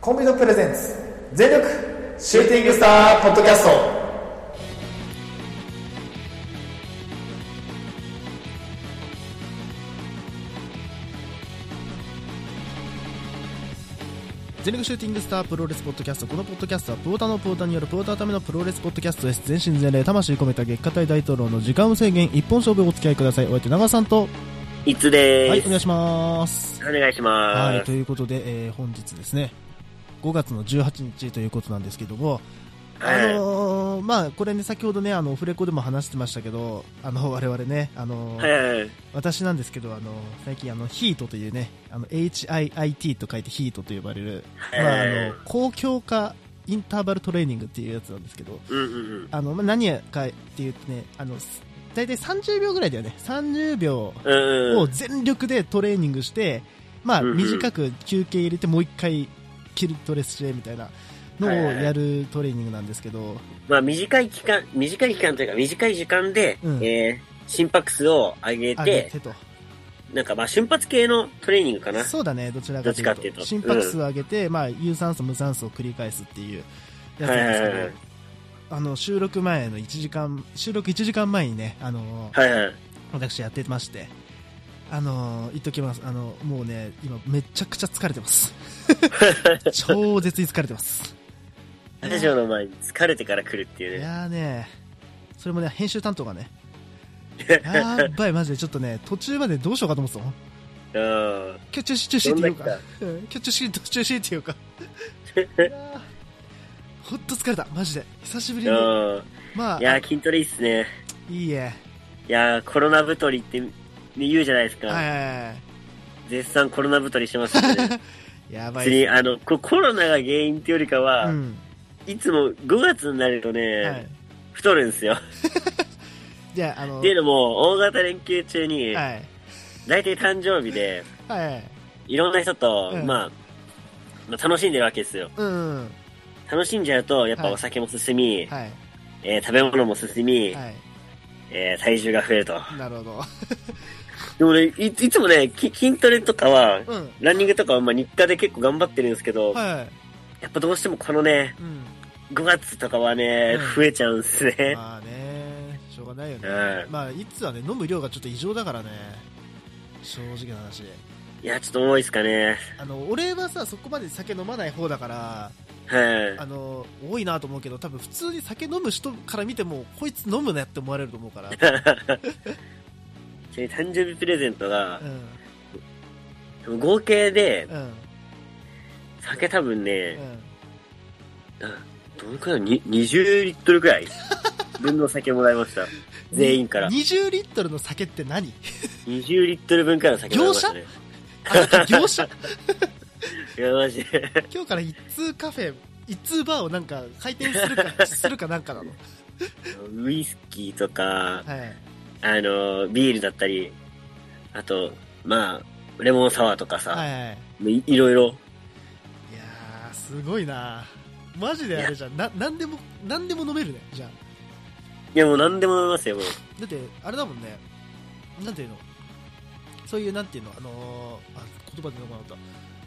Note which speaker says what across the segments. Speaker 1: コンビのプレゼンツ全力シューティングスターポッドキャスト
Speaker 2: 全力シューティングスタープロレスポッドキャストこのポッドキャストはプローターのプローターによるプローターためのプロレスポッドキャストです全身全霊魂込めた月下大大統領の時間無制限一本勝負お付き合いくださいお相手長さんと
Speaker 3: いつで
Speaker 2: はい
Speaker 3: ー
Speaker 2: お
Speaker 3: す。
Speaker 2: 願いします
Speaker 3: お願いしま
Speaker 2: はい
Speaker 3: す。
Speaker 2: ということで、えー本日ですね5月の18日ということなんですけどもあのーまあこれね先ほどねあのオフレコでも話してましたけどあの我々ねあのー
Speaker 3: はいはいはい。
Speaker 2: 私なんですけどあの最近あのヒートというねあの HIIT と書いてヒートと呼ばれるまあ、あの公共化インターバルトレーニングっていうやつなんですけど
Speaker 3: うんうんうん。
Speaker 2: あの、まあ、何かっていうとねあのす大体30秒ぐらいだよね30秒
Speaker 3: うんう
Speaker 2: を
Speaker 3: ん。
Speaker 2: 全力でトレーニングして、まあ、
Speaker 3: うんうん
Speaker 2: 短く休憩入れてもう一回筋トレしてみたいなのを
Speaker 3: はいはいはい
Speaker 2: やるトレーニングなんですけど、
Speaker 3: まあ、短い期間、短い期間というか、短い時間で、
Speaker 2: うん
Speaker 3: えー、心拍数を上げ
Speaker 2: あげ
Speaker 3: て、
Speaker 2: てと
Speaker 3: なんかまあ、瞬発系のトレーニングかな。
Speaker 2: そうだねどちらか
Speaker 3: どっ
Speaker 2: という
Speaker 3: ちか
Speaker 2: と
Speaker 3: っていうと
Speaker 2: 心拍数を上げて、まあ、有酸素無酸素を繰り返すっていうやつなんですけど、
Speaker 3: はいはいはい
Speaker 2: あの収録前の1時間収録1時間前にねあの
Speaker 3: はいはい。
Speaker 2: 私やってましてあのー言っときますあのもうね今めちゃくちゃ疲れてます 超絶に疲れてます
Speaker 3: ラジオの前に疲れてから来るってい
Speaker 2: いう
Speaker 3: ね。
Speaker 2: やーねそれもね編集担当が ねやーっばいマジでちょっとね途中までどうしようかと思ってたの
Speaker 3: うん。
Speaker 2: 今日中止中止って言うか
Speaker 3: どんな
Speaker 2: うん今日中止中止って言うかいやーほんと疲れたマジで久しぶりに
Speaker 3: うん。
Speaker 2: まあ
Speaker 3: いやー、筋トレいいっすね。
Speaker 2: いいえ
Speaker 3: いやー、コロナ太りって、言うじゃないです
Speaker 2: はい
Speaker 3: か。
Speaker 2: はいは
Speaker 3: 絶賛コロナ太りしてますん でね。
Speaker 2: いやばい
Speaker 3: 別に、あの、こコロナが原因っていうよりか
Speaker 2: う
Speaker 3: は、
Speaker 2: ん
Speaker 3: いつも5月になるとね、
Speaker 2: はい
Speaker 3: 太るんですよ。
Speaker 2: じゃああの
Speaker 3: っていうのも、大型連休中に、
Speaker 2: はい
Speaker 3: 大体誕生日で、
Speaker 2: はい
Speaker 3: いろんな人と、
Speaker 2: うん
Speaker 3: まあ、まあ楽しんでるわけですよ。
Speaker 2: うん
Speaker 3: 楽しんじゃうと、やっ
Speaker 2: は
Speaker 3: ぱ
Speaker 2: い
Speaker 3: お酒も進み、
Speaker 2: はい
Speaker 3: えー食べ物も進み、
Speaker 2: はい
Speaker 3: えー体重が増えると。
Speaker 2: なるほど。
Speaker 3: でもね、いいつもね、き筋トレとかは、
Speaker 2: うん。
Speaker 3: ランニングとかはまあ日課で結構頑張ってるんですけど、
Speaker 2: はい。
Speaker 3: やっぱどうしてもこのね、
Speaker 2: うん。
Speaker 3: 5月とかはね、
Speaker 2: うん
Speaker 3: 増えちゃうんですね。
Speaker 2: まあね、しょうがないよね。
Speaker 3: うん
Speaker 2: まあ、いつはね、飲む量がちょっと異常だからね。正直な話。
Speaker 3: いや、ちょっと重いですかね。
Speaker 2: あの、俺はさ、そこまで酒飲まない方だから、
Speaker 3: はい
Speaker 2: あ。の、多いなと思うけど、多分普通に酒飲む人から見ても、こいつ飲むなって思われると思う から。
Speaker 3: ちなみに誕生日プレゼントが
Speaker 2: う、ん。
Speaker 3: 多分合計で、
Speaker 2: うん。
Speaker 3: 酒多分
Speaker 2: う
Speaker 3: ね、
Speaker 2: ん。
Speaker 3: どのくらいに ?20 リット ルくらい分の酒もらいました。全員から。
Speaker 2: 20リットルの酒って何
Speaker 3: 20リットル分くらいの酒もらいましたね。
Speaker 2: あなた業 者
Speaker 3: いや、マジで。
Speaker 2: 今日から一通カフェ、一通バーをなんか開店する か、するかなんかなの。
Speaker 3: ウイスキーとか、
Speaker 2: はい。
Speaker 3: あの、ビールだったり、あと、まあ、レモンサワーとかさ、
Speaker 2: はいはい。
Speaker 3: い、いろいろ。
Speaker 2: いやー、すごいなマジであれじゃん。な、なんでも、なんでも飲めるね、じゃあ。
Speaker 3: いや、もう何でも飲めますよ、もう。
Speaker 2: だって、あれだもんね。なんていうのそういう、なんていうのあのー、あ、言葉で飲まなかっ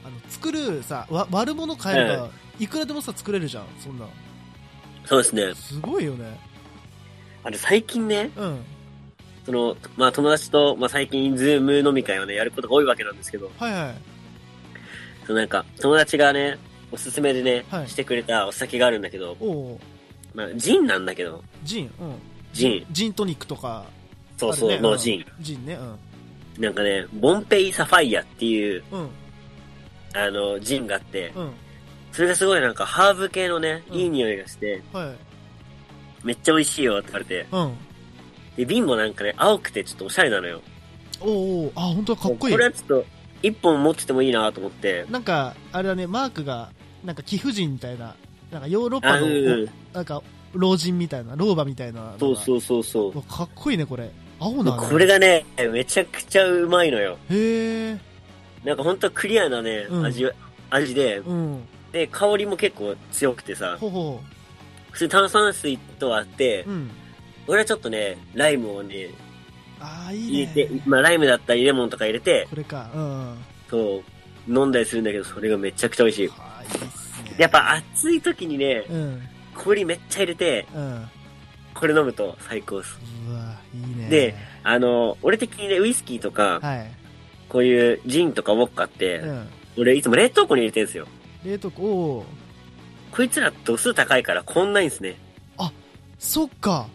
Speaker 2: た。あの、作るさ、わ悪者変えれば、いくらでもさ、作れるじゃん。そんな。
Speaker 3: そうですね。
Speaker 2: すごいよね。
Speaker 3: あの、最近ね、
Speaker 2: うん。
Speaker 3: その、まあ、友達と、まあ、最近、ズーム飲み会をね、やることが多いわけなんですけど、
Speaker 2: はいはい。
Speaker 3: そのなんか、友達がね、おすすめでね、
Speaker 2: はい
Speaker 3: してくれたお酒があるんだけど、
Speaker 2: おお
Speaker 3: まあ、ジンなんだけど、
Speaker 2: ジン、うん。
Speaker 3: ジン。
Speaker 2: ジントニックとか。
Speaker 3: そうそう、
Speaker 2: あるね
Speaker 3: のジン。。
Speaker 2: うんジンね、うん。
Speaker 3: なんかね、ボンペイサファイアっていう、
Speaker 2: うん、
Speaker 3: あの、ジンがあって、
Speaker 2: うん。
Speaker 3: それがすごいなんかハーブ系のね、
Speaker 2: うん
Speaker 3: いい匂いがして、
Speaker 2: はい。
Speaker 3: めっちゃ美味しいよって言われて。
Speaker 2: うん。
Speaker 3: で、瓶もなんかね、青くてちょっとおしゃれなのよ。
Speaker 2: おーおーあ、本当はかっこいい
Speaker 3: これ。はちょっと、一本持っててもいいなと思って、
Speaker 2: なんか、あれだね、マークが、なんか貴婦人みたいな、なんかヨーロッ
Speaker 3: あ
Speaker 2: パ
Speaker 3: う
Speaker 2: の、
Speaker 3: ん、
Speaker 2: なんか老人みたいな、老婆みたいなのが。
Speaker 3: そうそうそうそう。
Speaker 2: うわかっこいいね、これ。青な
Speaker 3: も
Speaker 2: ん
Speaker 3: う
Speaker 2: だ
Speaker 3: これがね、めちゃくちゃうまいのよ。
Speaker 2: へえ。
Speaker 3: なんかほんとクリアなね、
Speaker 2: うん
Speaker 3: 味、味で、
Speaker 2: うん。
Speaker 3: で、香りも結構強くてさ、
Speaker 2: ほうほ
Speaker 3: 普通炭酸水とあって
Speaker 2: う。、うん。
Speaker 3: 俺はちょっとね、ライムをね、
Speaker 2: ああ、いい
Speaker 3: 入
Speaker 2: ね。
Speaker 3: れて、まあライムだったりレモンとか入れて、
Speaker 2: これか。うん。
Speaker 3: そう、飲んだりするんだけど、それがめちゃくちゃ美味しい。
Speaker 2: はい、いいっす
Speaker 3: やっぱ暑い時にね、
Speaker 2: うん。
Speaker 3: 氷めっちゃ入れて、
Speaker 2: うん。
Speaker 3: これ飲むと最高っす。
Speaker 2: うわ、いいね。
Speaker 3: で、あの、俺的にね、ウイスキーとか、
Speaker 2: はい。
Speaker 3: こういうジンとかウォッカって、
Speaker 2: うん。
Speaker 3: 俺いつも冷凍庫に入れてんすよ。
Speaker 2: 冷凍庫、おお。
Speaker 3: こいつら度数高いからこんないんすね。
Speaker 2: そっか。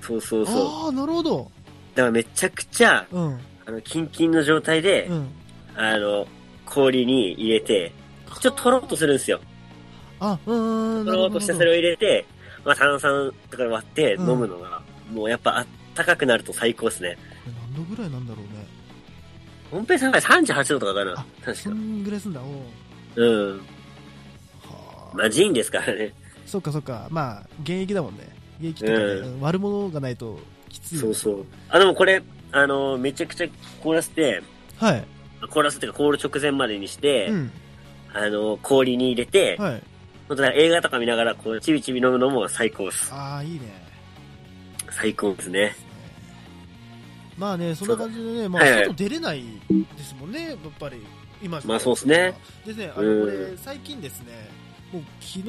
Speaker 3: そうそうそう。
Speaker 2: ああ、なるほど。
Speaker 3: だからめちゃくちゃ、
Speaker 2: うん。
Speaker 3: あの、キンキンの状態で、
Speaker 2: うん。
Speaker 3: あの、氷に入れて、ちょっととろっとするんですよ。
Speaker 2: あ、うんうんうん。
Speaker 3: と
Speaker 2: なる
Speaker 3: ろ
Speaker 2: ほ
Speaker 3: っ
Speaker 2: ど
Speaker 3: としてそれを入れて、まあ炭酸とかで割って飲
Speaker 2: うん
Speaker 3: むのが、もうやっぱあったかくなると最高ですね。
Speaker 2: これ何度ぐらいなんだろうね。
Speaker 3: 本平さんが38度とかかな
Speaker 2: あ
Speaker 3: 確
Speaker 2: そ
Speaker 3: か。
Speaker 2: んぐらいすんだ。おお。
Speaker 3: うん。
Speaker 2: はあ。
Speaker 3: まあジンですからね。
Speaker 2: そっかそっか。まあ、現役だもんね。現役とかね、
Speaker 3: う
Speaker 2: うん悪者がないときつい。
Speaker 3: そうそう。あ、でもこれ、あの、めちゃくちゃ凍らせて、
Speaker 2: はい。
Speaker 3: 凍らせてか凍る直前までにして、
Speaker 2: うん。
Speaker 3: あの、氷に入れて、
Speaker 2: はい。
Speaker 3: 本当だ映画とか見ながら、こう、ちびちび飲むのも最高です。
Speaker 2: ああ、いいね。
Speaker 3: 最高ですね。
Speaker 2: まあね、そんな感じでね、まあ、
Speaker 3: はいはい
Speaker 2: 外出れないですもんね、やっぱり、今
Speaker 3: まあそうっすね。
Speaker 2: でね、あの、こ
Speaker 3: う
Speaker 2: れ、最近ですね、もう昨日、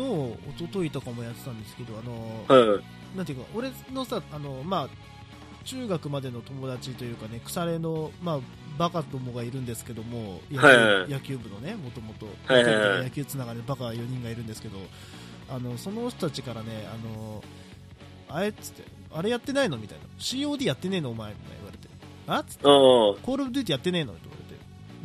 Speaker 2: 一昨日とかもやってたんですけど、あの、
Speaker 3: うん。
Speaker 2: なんていうか、俺のさ、あの、まあ、中学までの友達というかね、腐れの、まあ、バカどもがいるんですけども、野球,、
Speaker 3: はいはいはい
Speaker 2: 野球部のね、もともと、
Speaker 3: はいはいはい
Speaker 2: 野球つながりのバカ4人がいるんですけど、あの、その人たちからね、あの、あれっつって、あれやってないのみたいな。COD やってねえのお前みたいな言われて。あっつって、
Speaker 3: お
Speaker 2: コールオブデューティやってねえのって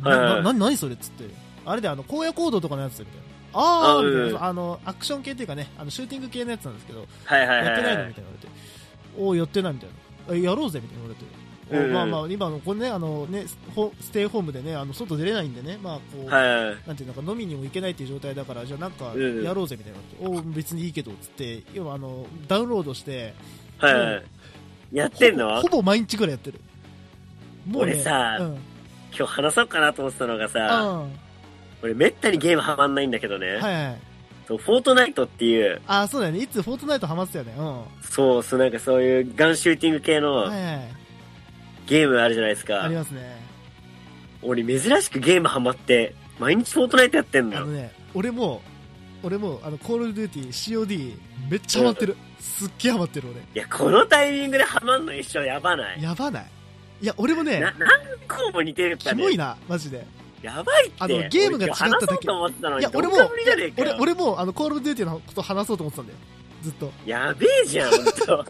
Speaker 2: 言
Speaker 3: はい
Speaker 2: われて。
Speaker 3: は
Speaker 2: な、
Speaker 3: い
Speaker 2: な、な何それっつって。あれで、あの、荒野行動とかのやつだみたいな。あ
Speaker 3: あ
Speaker 2: あ、みたい
Speaker 3: うん
Speaker 2: なそう。あの、アクション系っていうかね、あの、シューティング系のやつなんですけど、
Speaker 3: はいはいはい。
Speaker 2: やってないのみたいな言われて、おうやってないみたいな、えやろうぜみたいな言われて、おう
Speaker 3: うん
Speaker 2: まあまあ、今の、これね、あのねスホステイホームでね、あの外出れないんでね、まあこう、
Speaker 3: はいはい。
Speaker 2: なんていうのか、飲みにも行けないっていう状態だから、じゃあなんか
Speaker 3: うん
Speaker 2: やろうぜみたいな言われて、おう別にいいけどっつって、要はあのダウンロードして、
Speaker 3: はいはい。やってんの
Speaker 2: ほぼほぼ毎日ぐらいやってる。も
Speaker 3: 俺さ
Speaker 2: うん、
Speaker 3: 今日話そうかなと思ってたのがさ、
Speaker 2: あ
Speaker 3: 俺めったにゲームハマんないんだけどね、
Speaker 2: ーはいはい、
Speaker 3: そうフォートナイトっていう、
Speaker 2: あーそうだよね、いつフォートナイトハマってたよね、うん、は
Speaker 3: そう、そうなんかそういうガンシューティング系
Speaker 2: いは
Speaker 3: の
Speaker 2: い、
Speaker 3: ゲームあるじゃないです
Speaker 2: あ
Speaker 3: か
Speaker 2: り。ますね。
Speaker 3: 俺珍しくゲームハマって、毎日フォートナイトやってんの
Speaker 2: あの
Speaker 3: よ。
Speaker 2: ね、俺も、俺も、あの、コールドゥーティー、COD、めっちゃハマってる。すっげえハマってる、
Speaker 3: いや、このタイミングでハマんの一緒やばな
Speaker 2: 俺。
Speaker 3: い。
Speaker 2: やばない。いや、俺もね
Speaker 3: な、、何個も似てるか
Speaker 2: キ
Speaker 3: らね。
Speaker 2: モいな、マジで。
Speaker 3: やばいって。
Speaker 2: あのゲームが違っただけ
Speaker 3: 俺今日話そうと思ってたのに、
Speaker 2: いや、俺も
Speaker 3: どうか無理じゃねえ、かよ
Speaker 2: 俺、俺も、あの、コールドゥーティーのこと話そうと思ってたんだよ。ずっと。
Speaker 3: やべえじゃん、ほんと。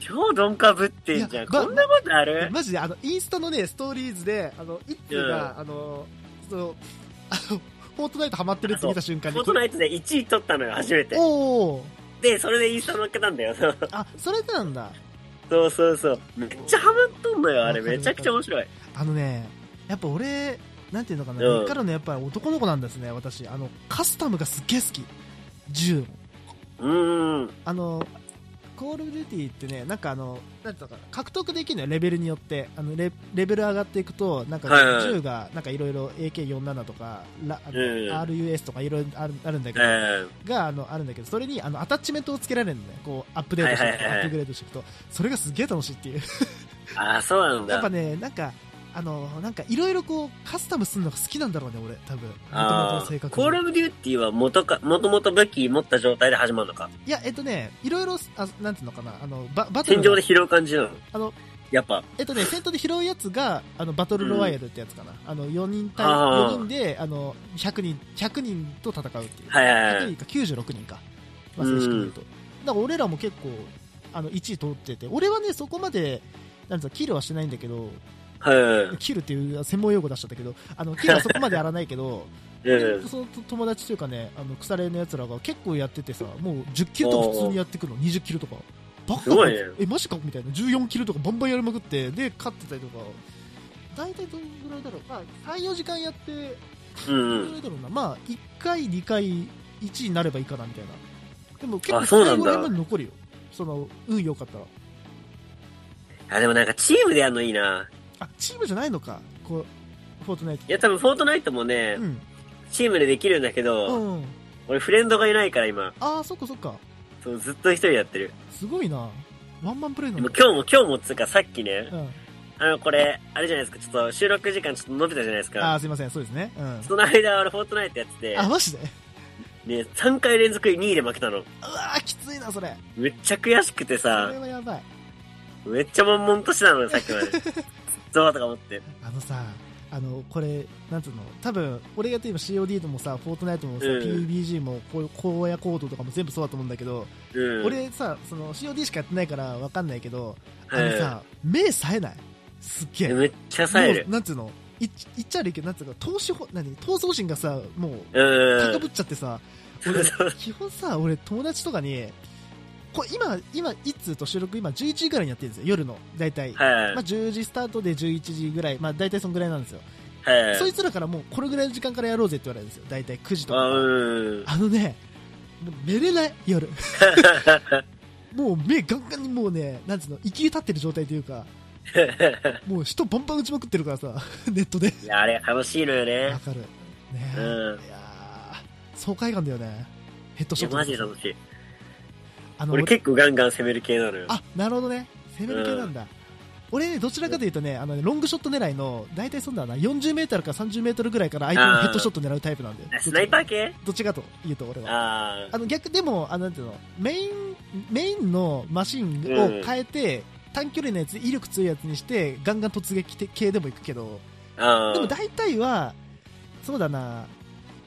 Speaker 3: 超鈍化ぶってんじゃん。
Speaker 2: いやば
Speaker 3: こんなことあ
Speaker 2: いや
Speaker 3: る
Speaker 2: マジで、あの、インスタのね、ストーリーズで、あの、いつ
Speaker 3: う
Speaker 2: が、あの、その、あの、フォートナイトハマってるって見た瞬
Speaker 3: フ
Speaker 2: 間に
Speaker 3: ォー、トナイトで1位取ったのよ、初めて。
Speaker 2: おー
Speaker 3: で、それでインスタ乗っけたんだよ。
Speaker 2: あ、それでなんだ。
Speaker 3: そうそうそう。めっちゃハマっとんのよ、あれ。
Speaker 2: わかる
Speaker 3: めちゃくちゃ面白い。
Speaker 2: あのね、やっぱ俺、なんていうのかな、
Speaker 3: うん
Speaker 2: 根っからのやっぱり男の子なんですね、私。あの、カスタムがすっげえ好き。銃も。
Speaker 3: うーん。
Speaker 2: あの、コールオブデューティーってね、なんかあの、なんていうのかな、獲得できるのよ、レベルによって。あのレ、レベル上がっていくと、なんか
Speaker 3: はいはい
Speaker 2: 銃が、なんかいろいろ AK47 とか、ラあの
Speaker 3: うん
Speaker 2: RUS とかいろいろあるあるんだけ
Speaker 3: え
Speaker 2: ど、
Speaker 3: ー、
Speaker 2: が、あの、あるんだけど、それに、あの、アタッチメントをつけられるのね。こう、アップデートしていくと、
Speaker 3: はいはいは
Speaker 2: アッ
Speaker 3: い
Speaker 2: プグレードしていくと、それがすっげえ楽しいっていう。
Speaker 3: ああ、そうなん
Speaker 2: やっぱ
Speaker 3: だ。
Speaker 2: ね、なんか、あの、なんかいろいろこう、カスタムするのが好きなんだろうね、俺、多分。元々
Speaker 3: あ
Speaker 2: の性
Speaker 3: あ、
Speaker 2: 格
Speaker 3: コールオブデューティーは元か、元々武器持った状態で始まるのか。
Speaker 2: いや、えっとね、いろいろ、あなんていうのかな、あの、ババトル
Speaker 3: 戦
Speaker 2: の。
Speaker 3: 場で拾う感じなの。
Speaker 2: あの、
Speaker 3: やっぱ。
Speaker 2: えっとね、戦闘で拾うやつが、あの、バトルロワイヤルってやつかな。あの、4人対、
Speaker 3: あー
Speaker 2: 4人で、あの、100人、100人と戦うっていう。
Speaker 3: はいはいは
Speaker 2: 100
Speaker 3: い。
Speaker 2: 人か96人か。まあ、正式に言うと。だから俺らも結構、あの、1位取ってて、俺はね、そこまで、なんていうのキルはしてないんだけど、
Speaker 3: はいはい。
Speaker 2: キルっていう専門用語出しちゃったけど、あの、キルはそこまでやらないけど、
Speaker 3: うん。
Speaker 2: その友達というかね、あの腐れのやつらが結構やっててさ、もう10キルとか普通にやってくの、20キルとか、バカ
Speaker 3: すごいね
Speaker 2: え、マジかみたいな、14キルとかバンバンやりまくって、で、勝ってたりとか、大体どんぐらいだろう、まあ、3、4時間やって、
Speaker 3: う
Speaker 2: ど
Speaker 3: ん
Speaker 2: ん
Speaker 3: う
Speaker 2: ぐら
Speaker 3: ん。
Speaker 2: いだろうな、まあ、1回、2回、1位になればいいかなみたいな、でも結構、
Speaker 3: あそうな
Speaker 2: 最
Speaker 3: ん
Speaker 2: 後
Speaker 3: だ
Speaker 2: ら辺まで残るよ、その運良かったら。
Speaker 3: あ、でもなんかチームでやるのいいな。
Speaker 2: あ、チームじゃないのか、こう、フォートナイト。
Speaker 3: いや、多分、フォートナイトもね、
Speaker 2: うん、
Speaker 3: チームでできるんだけど、
Speaker 2: うん、
Speaker 3: 俺、フレンドがいないから、今。
Speaker 2: ああ、そっかそっか、
Speaker 3: そうずっと一人でやってる。
Speaker 2: すごいな、ワンマンプレイな
Speaker 3: で
Speaker 2: ん
Speaker 3: も
Speaker 2: だ、
Speaker 3: 今日も、今日もっつうか、さっきね
Speaker 2: う、ん、
Speaker 3: あの、これ、あれじゃないですか、ちょっと収録時間ちょっと伸びたじゃないです
Speaker 2: あ
Speaker 3: か。
Speaker 2: ーすいません、そうですね、うん、
Speaker 3: その間、俺、フォートナイトやってて
Speaker 2: あ、マジで
Speaker 3: ね、3回連続2位で負けたの。
Speaker 2: うわーきついなそれ
Speaker 3: めっちゃ悔しくて
Speaker 2: そ
Speaker 3: さ
Speaker 2: れ、はやばい
Speaker 3: めっちゃ悶々として たのよ、さっきまで。そうとか思って。
Speaker 2: あのさあのこれなんつうの多分俺がやってる今 COD ともさフォートナイトもさ、
Speaker 3: うん
Speaker 2: PUBG もこう荒野行動とかも全部そうだと思うんだけど、
Speaker 3: うん。
Speaker 2: 俺さその COD しかやってないからわかんないけどあ
Speaker 3: はい
Speaker 2: のさ、目冴えないすっげえ
Speaker 3: めっちゃ冴える
Speaker 2: もう。なんつうのい言っちゃ悪いけどなんつうか投資ほ何投資方針がさもう
Speaker 3: うん
Speaker 2: 高ぶっちゃってさ、俺基本さ俺友達とかにこれ今今一通と収録今11時ぐらいにやってるんですよ夜の大体、
Speaker 3: はい
Speaker 2: まあ、10時スタートで11時ぐらい、まあ、大体そのぐらいなんですよ、
Speaker 3: はい。
Speaker 2: そいつらからもうこれぐらいの時間からやろうぜって言われるんですよ大体9時と
Speaker 3: あ
Speaker 2: か
Speaker 3: うん。
Speaker 2: あのねもう寝れない 夜もう目ガンガンにもうねなんつうの生き立ってる状態という かもう人バンバン打ちまくってるからさネットで
Speaker 3: いや、あれ楽しいのよ
Speaker 2: わ
Speaker 3: ね。
Speaker 2: かるねえ、
Speaker 3: うん
Speaker 2: いやー爽快感だよねヘッド
Speaker 3: い
Speaker 2: ショ
Speaker 3: や、
Speaker 2: ット
Speaker 3: マジで楽しい。
Speaker 2: あの
Speaker 3: 俺結構ガンガン攻める系なのよ。
Speaker 2: あなるほどね攻める系なんだ、俺ねどちらかというとねあのねロングショット狙いの大体そんだな 40m から 30m ぐらいから相手のヘッドショット狙うタイプなんで
Speaker 3: あスナイパー系
Speaker 2: どっちかというと俺は
Speaker 3: あ
Speaker 2: あの逆でもあのなんていうのメインメインのマシンを変えて、短距離のやつ威力強いやつにしてガンガン突撃系でもいくけど
Speaker 3: あ。あ
Speaker 2: でも
Speaker 3: あ。
Speaker 2: 大体はそうだな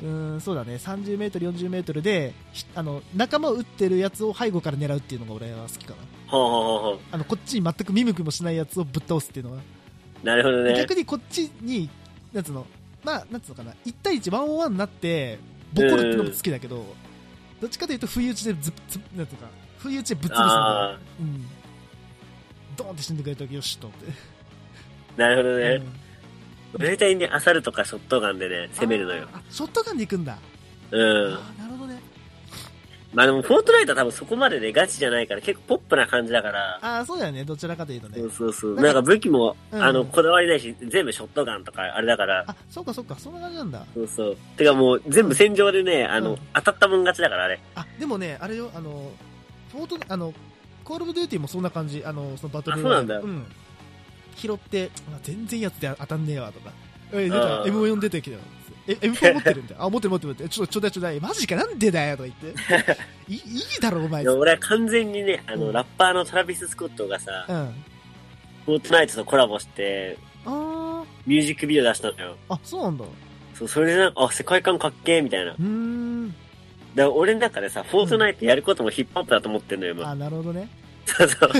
Speaker 2: うーんそうだね 30m40m でひあの仲間を撃ってるやつを背後から狙うっていうのが俺は好きかな
Speaker 3: ほうほうほうほ
Speaker 2: あのこっちに全く見向きもしないやつをぶっ倒すっていうのは、
Speaker 3: う。なるほどね。
Speaker 2: 逆にこっちになんつうのまあなんつうのかな1対1ワンオンワンになってボコるっていうのも好きだけど、どっちかというと不意打ちでずずなんつうか不意打ちでぶっ潰すみたい
Speaker 3: あ
Speaker 2: な、うん、ドーンって死んでくれた時よしと思って、
Speaker 3: あ。なるほど
Speaker 2: う
Speaker 3: ね。
Speaker 2: ん
Speaker 3: 大体ね、アサルとかショットガンでね、攻めるのよ。
Speaker 2: あショットガンで行くんだ、
Speaker 3: うん。
Speaker 2: あなるほどね
Speaker 3: まあでも、フォートナイトは多分そこまでね、ガチじゃないから、結構ポップな感じだから。
Speaker 2: あそうだよねどちらかというとね
Speaker 3: そうそうそう。
Speaker 2: なんか
Speaker 3: なんか武器も、
Speaker 2: うん
Speaker 3: あの、こだわりないし、全部ショットガンとか、あれだから。
Speaker 2: あそうかそうかそんな感じなんだ
Speaker 3: そうそう。てかもう、全部戦場でね、あの、
Speaker 2: うん
Speaker 3: 当たったもん勝ちだから、あれ。
Speaker 2: あでもねあれよあのフォートあのコールオブデューティーもそんな感じあのそのバトルロイヤル
Speaker 3: あそう
Speaker 2: うん、拾ってあ全然やつで当たんねえわとかえ出
Speaker 3: あ
Speaker 2: た
Speaker 3: ー
Speaker 2: M4 出てきたよえ M4 持ってるんだよあ持ってる持ってる持ってるちょっとちょうだいちょうだいマジかなんでだよとか言ってい いいだろお前
Speaker 3: でも俺は完全にね、あの、
Speaker 2: うん
Speaker 3: ラッパーのトラビス・スコットがさ
Speaker 2: う、んあ
Speaker 3: フォートナイトとコラボして、
Speaker 2: ー
Speaker 3: ミュージックビデオ出したのよ。
Speaker 2: あそうなんだ
Speaker 3: そう、それでなんか、あ、世界観かっけーみたいな。だか
Speaker 2: うーん
Speaker 3: ら俺の中でさ、フォートナイトやることもヒップホップだと思ってんのよ、今。
Speaker 2: あなるほどね
Speaker 3: そうそう。だ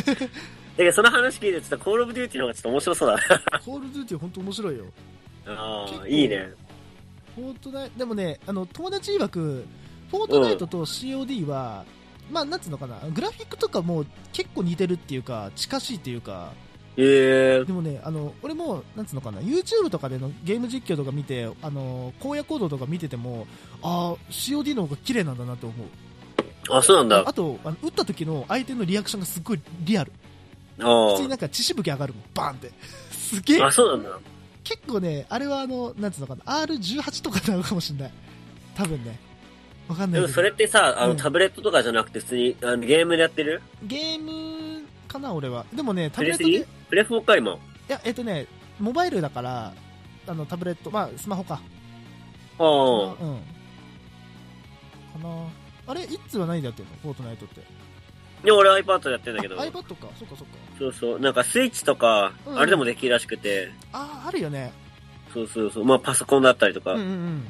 Speaker 3: けどその話聞いて、ちょっとコールオブデューティーの方がちょっと面白そうだな。
Speaker 2: コールオブデューティー本当面白いよ
Speaker 3: あ
Speaker 2: 結構
Speaker 3: あ、いいね。
Speaker 2: フォートナイでもねあの友達曰くフォートナイトと COD は、まあなんつうのかなグラフィックとかも結構似てるっていうか近しいっていうか
Speaker 3: ええー
Speaker 2: で。もねあの俺もなんつうのかな YouTube とかでのゲーム実況とか見てあの荒野行動とか見ててもああ COD の方が綺麗なんだなと思う
Speaker 3: あ、そうなんだ。あ
Speaker 2: あとあの打った時の相手のリアクションがすっごいリアル普通に
Speaker 3: あ
Speaker 2: なんか血しぶき上がるもんバーンってすげえ
Speaker 3: あ、そうなんだ。
Speaker 2: 結構ねあれはあのなんつうのかな R18 とかなのかもしれない多分ねわかんな
Speaker 3: で
Speaker 2: い
Speaker 3: も
Speaker 2: けど
Speaker 3: それってさ、あ
Speaker 2: う
Speaker 3: の、
Speaker 2: ん
Speaker 3: タブレットとかじゃなくて、普通に、あの、ゲームでやってる
Speaker 2: ゲームかな、俺は。でもね、タ
Speaker 3: プ
Speaker 2: ブレ
Speaker 3: レ
Speaker 2: ッ
Speaker 3: ス
Speaker 2: トで、
Speaker 3: リー
Speaker 2: い
Speaker 3: プレフォーか、今。
Speaker 2: や、えっとね、モバイルだから、あのタブレット、まあ、スマホか。
Speaker 3: ああ。
Speaker 2: うん。かな。あれ、いつは何でやってんのフォートナイトって。
Speaker 3: で、俺 iPad でやってんだけど
Speaker 2: あ。iPad か、そっかそっか。
Speaker 3: そうそう。なんかスイッチとか
Speaker 2: う、ん
Speaker 3: あれでもできるらしくて。
Speaker 2: ああ、あるよね。
Speaker 3: そうそうそう。まあパソコンだったりとか。
Speaker 2: うんうんうん。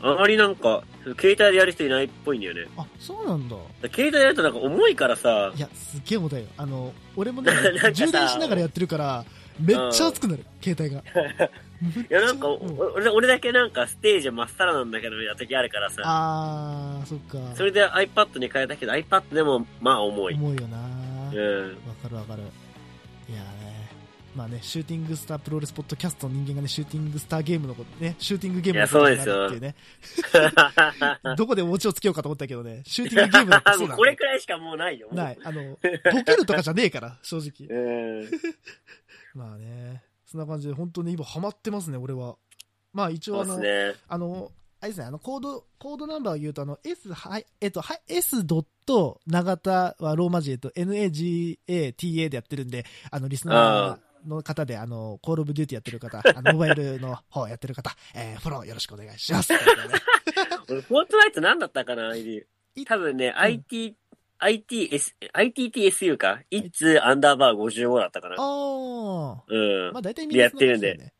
Speaker 3: あまりなんか、携帯でやる人いないっぽいんだよね。
Speaker 2: あ、そうなんだ。
Speaker 3: 携帯でやるとなんか重いからさ
Speaker 2: い、や、すっげえ重たいよ。あの、俺もね
Speaker 3: なんかさ、
Speaker 2: 充電しながらやってるから、めっちゃ熱くなる、携帯が。
Speaker 3: いやなんか、お
Speaker 2: めっちゃうん
Speaker 3: 俺俺だけなんかステージ真っさらなんだけど、やった時あるからさ。
Speaker 2: ああ、そっか。
Speaker 3: それで iPad に変えたけど、iPad でもまあ重い。
Speaker 2: 重いよな。
Speaker 3: うん。
Speaker 2: わかるわかる。いやーね。まあね、シューティングスタープロレスポッドキャストの人間がね、シューティングスターゲームのことね、シューティングゲームのこと
Speaker 3: いやそう
Speaker 2: って
Speaker 3: で
Speaker 2: いうね。どこでお家をつけようかと思ったけどね、シューティングゲームだって
Speaker 3: あ
Speaker 2: そ
Speaker 3: も
Speaker 2: う
Speaker 3: う
Speaker 2: だ
Speaker 3: これくらいしかもうないよ。
Speaker 2: ない。あの、ボケるとかじゃねえから、正直。
Speaker 3: うん。
Speaker 2: まあね、そんな感じで、本当に今ハマってますね、俺は。まあ一
Speaker 3: そ
Speaker 2: 応あ
Speaker 3: うで
Speaker 2: の、
Speaker 3: すね。
Speaker 2: あの、あれですね、あの、コード、コードナンバーを言うと、あの、S、はい、えっと、はい、S. ドット、長田はローマ字で、えっと、NAGATA でやってるんで、あの、リスナーの方で、あの、コールオブデュ ーティやってる方、あの、モバイルの方やってる方、えー、フォローよろしくお願いします。ということでね
Speaker 3: 俺うんフォートナイト何だったかな、ID。多分ね、IT、ITS、ITTSU か ?It's アンダーバー55だったかな。
Speaker 2: あ
Speaker 3: うん
Speaker 2: あ。まあ。大体みん
Speaker 3: で
Speaker 2: な
Speaker 3: やってるんで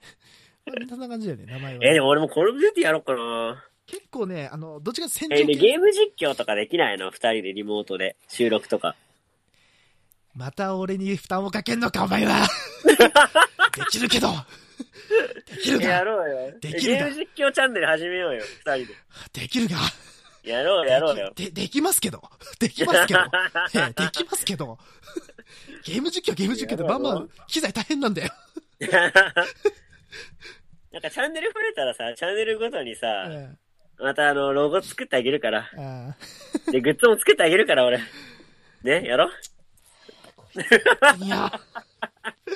Speaker 2: そな感じだよね。まあみんなそんな感じだよね、名前は。
Speaker 3: えーでも俺もコールオブデューティーやろうかな。
Speaker 2: 結構ね、あの、どっちかというと
Speaker 3: えー
Speaker 2: 戦
Speaker 3: で
Speaker 2: 場系、
Speaker 3: ゲーム実況とかできないの二人でリモートで。収録とか。
Speaker 2: また俺に負担をかけんのか、お前 は。できるけど。できる
Speaker 3: や
Speaker 2: が。
Speaker 3: ろうよ。
Speaker 2: で
Speaker 3: ゲ
Speaker 2: きるな
Speaker 3: ーム実況チャンネル始めようよ、二人で。
Speaker 2: できるが。
Speaker 3: やろうよやろうよ。
Speaker 2: できでできますけど。 できますけ ど。ええできますけど。 ゲーム実況、ゲーム実況ってまあま
Speaker 3: や
Speaker 2: あ
Speaker 3: ろ、
Speaker 2: 機材大変なんだよ。
Speaker 3: なんかチャンネル増えたらさ、チャンネルごとにさ、
Speaker 2: え
Speaker 3: またあの、ロゴ作ってあげるから。
Speaker 2: えあ
Speaker 3: で、グッズも作ってあげるから、俺。ね、やろ
Speaker 2: あいや。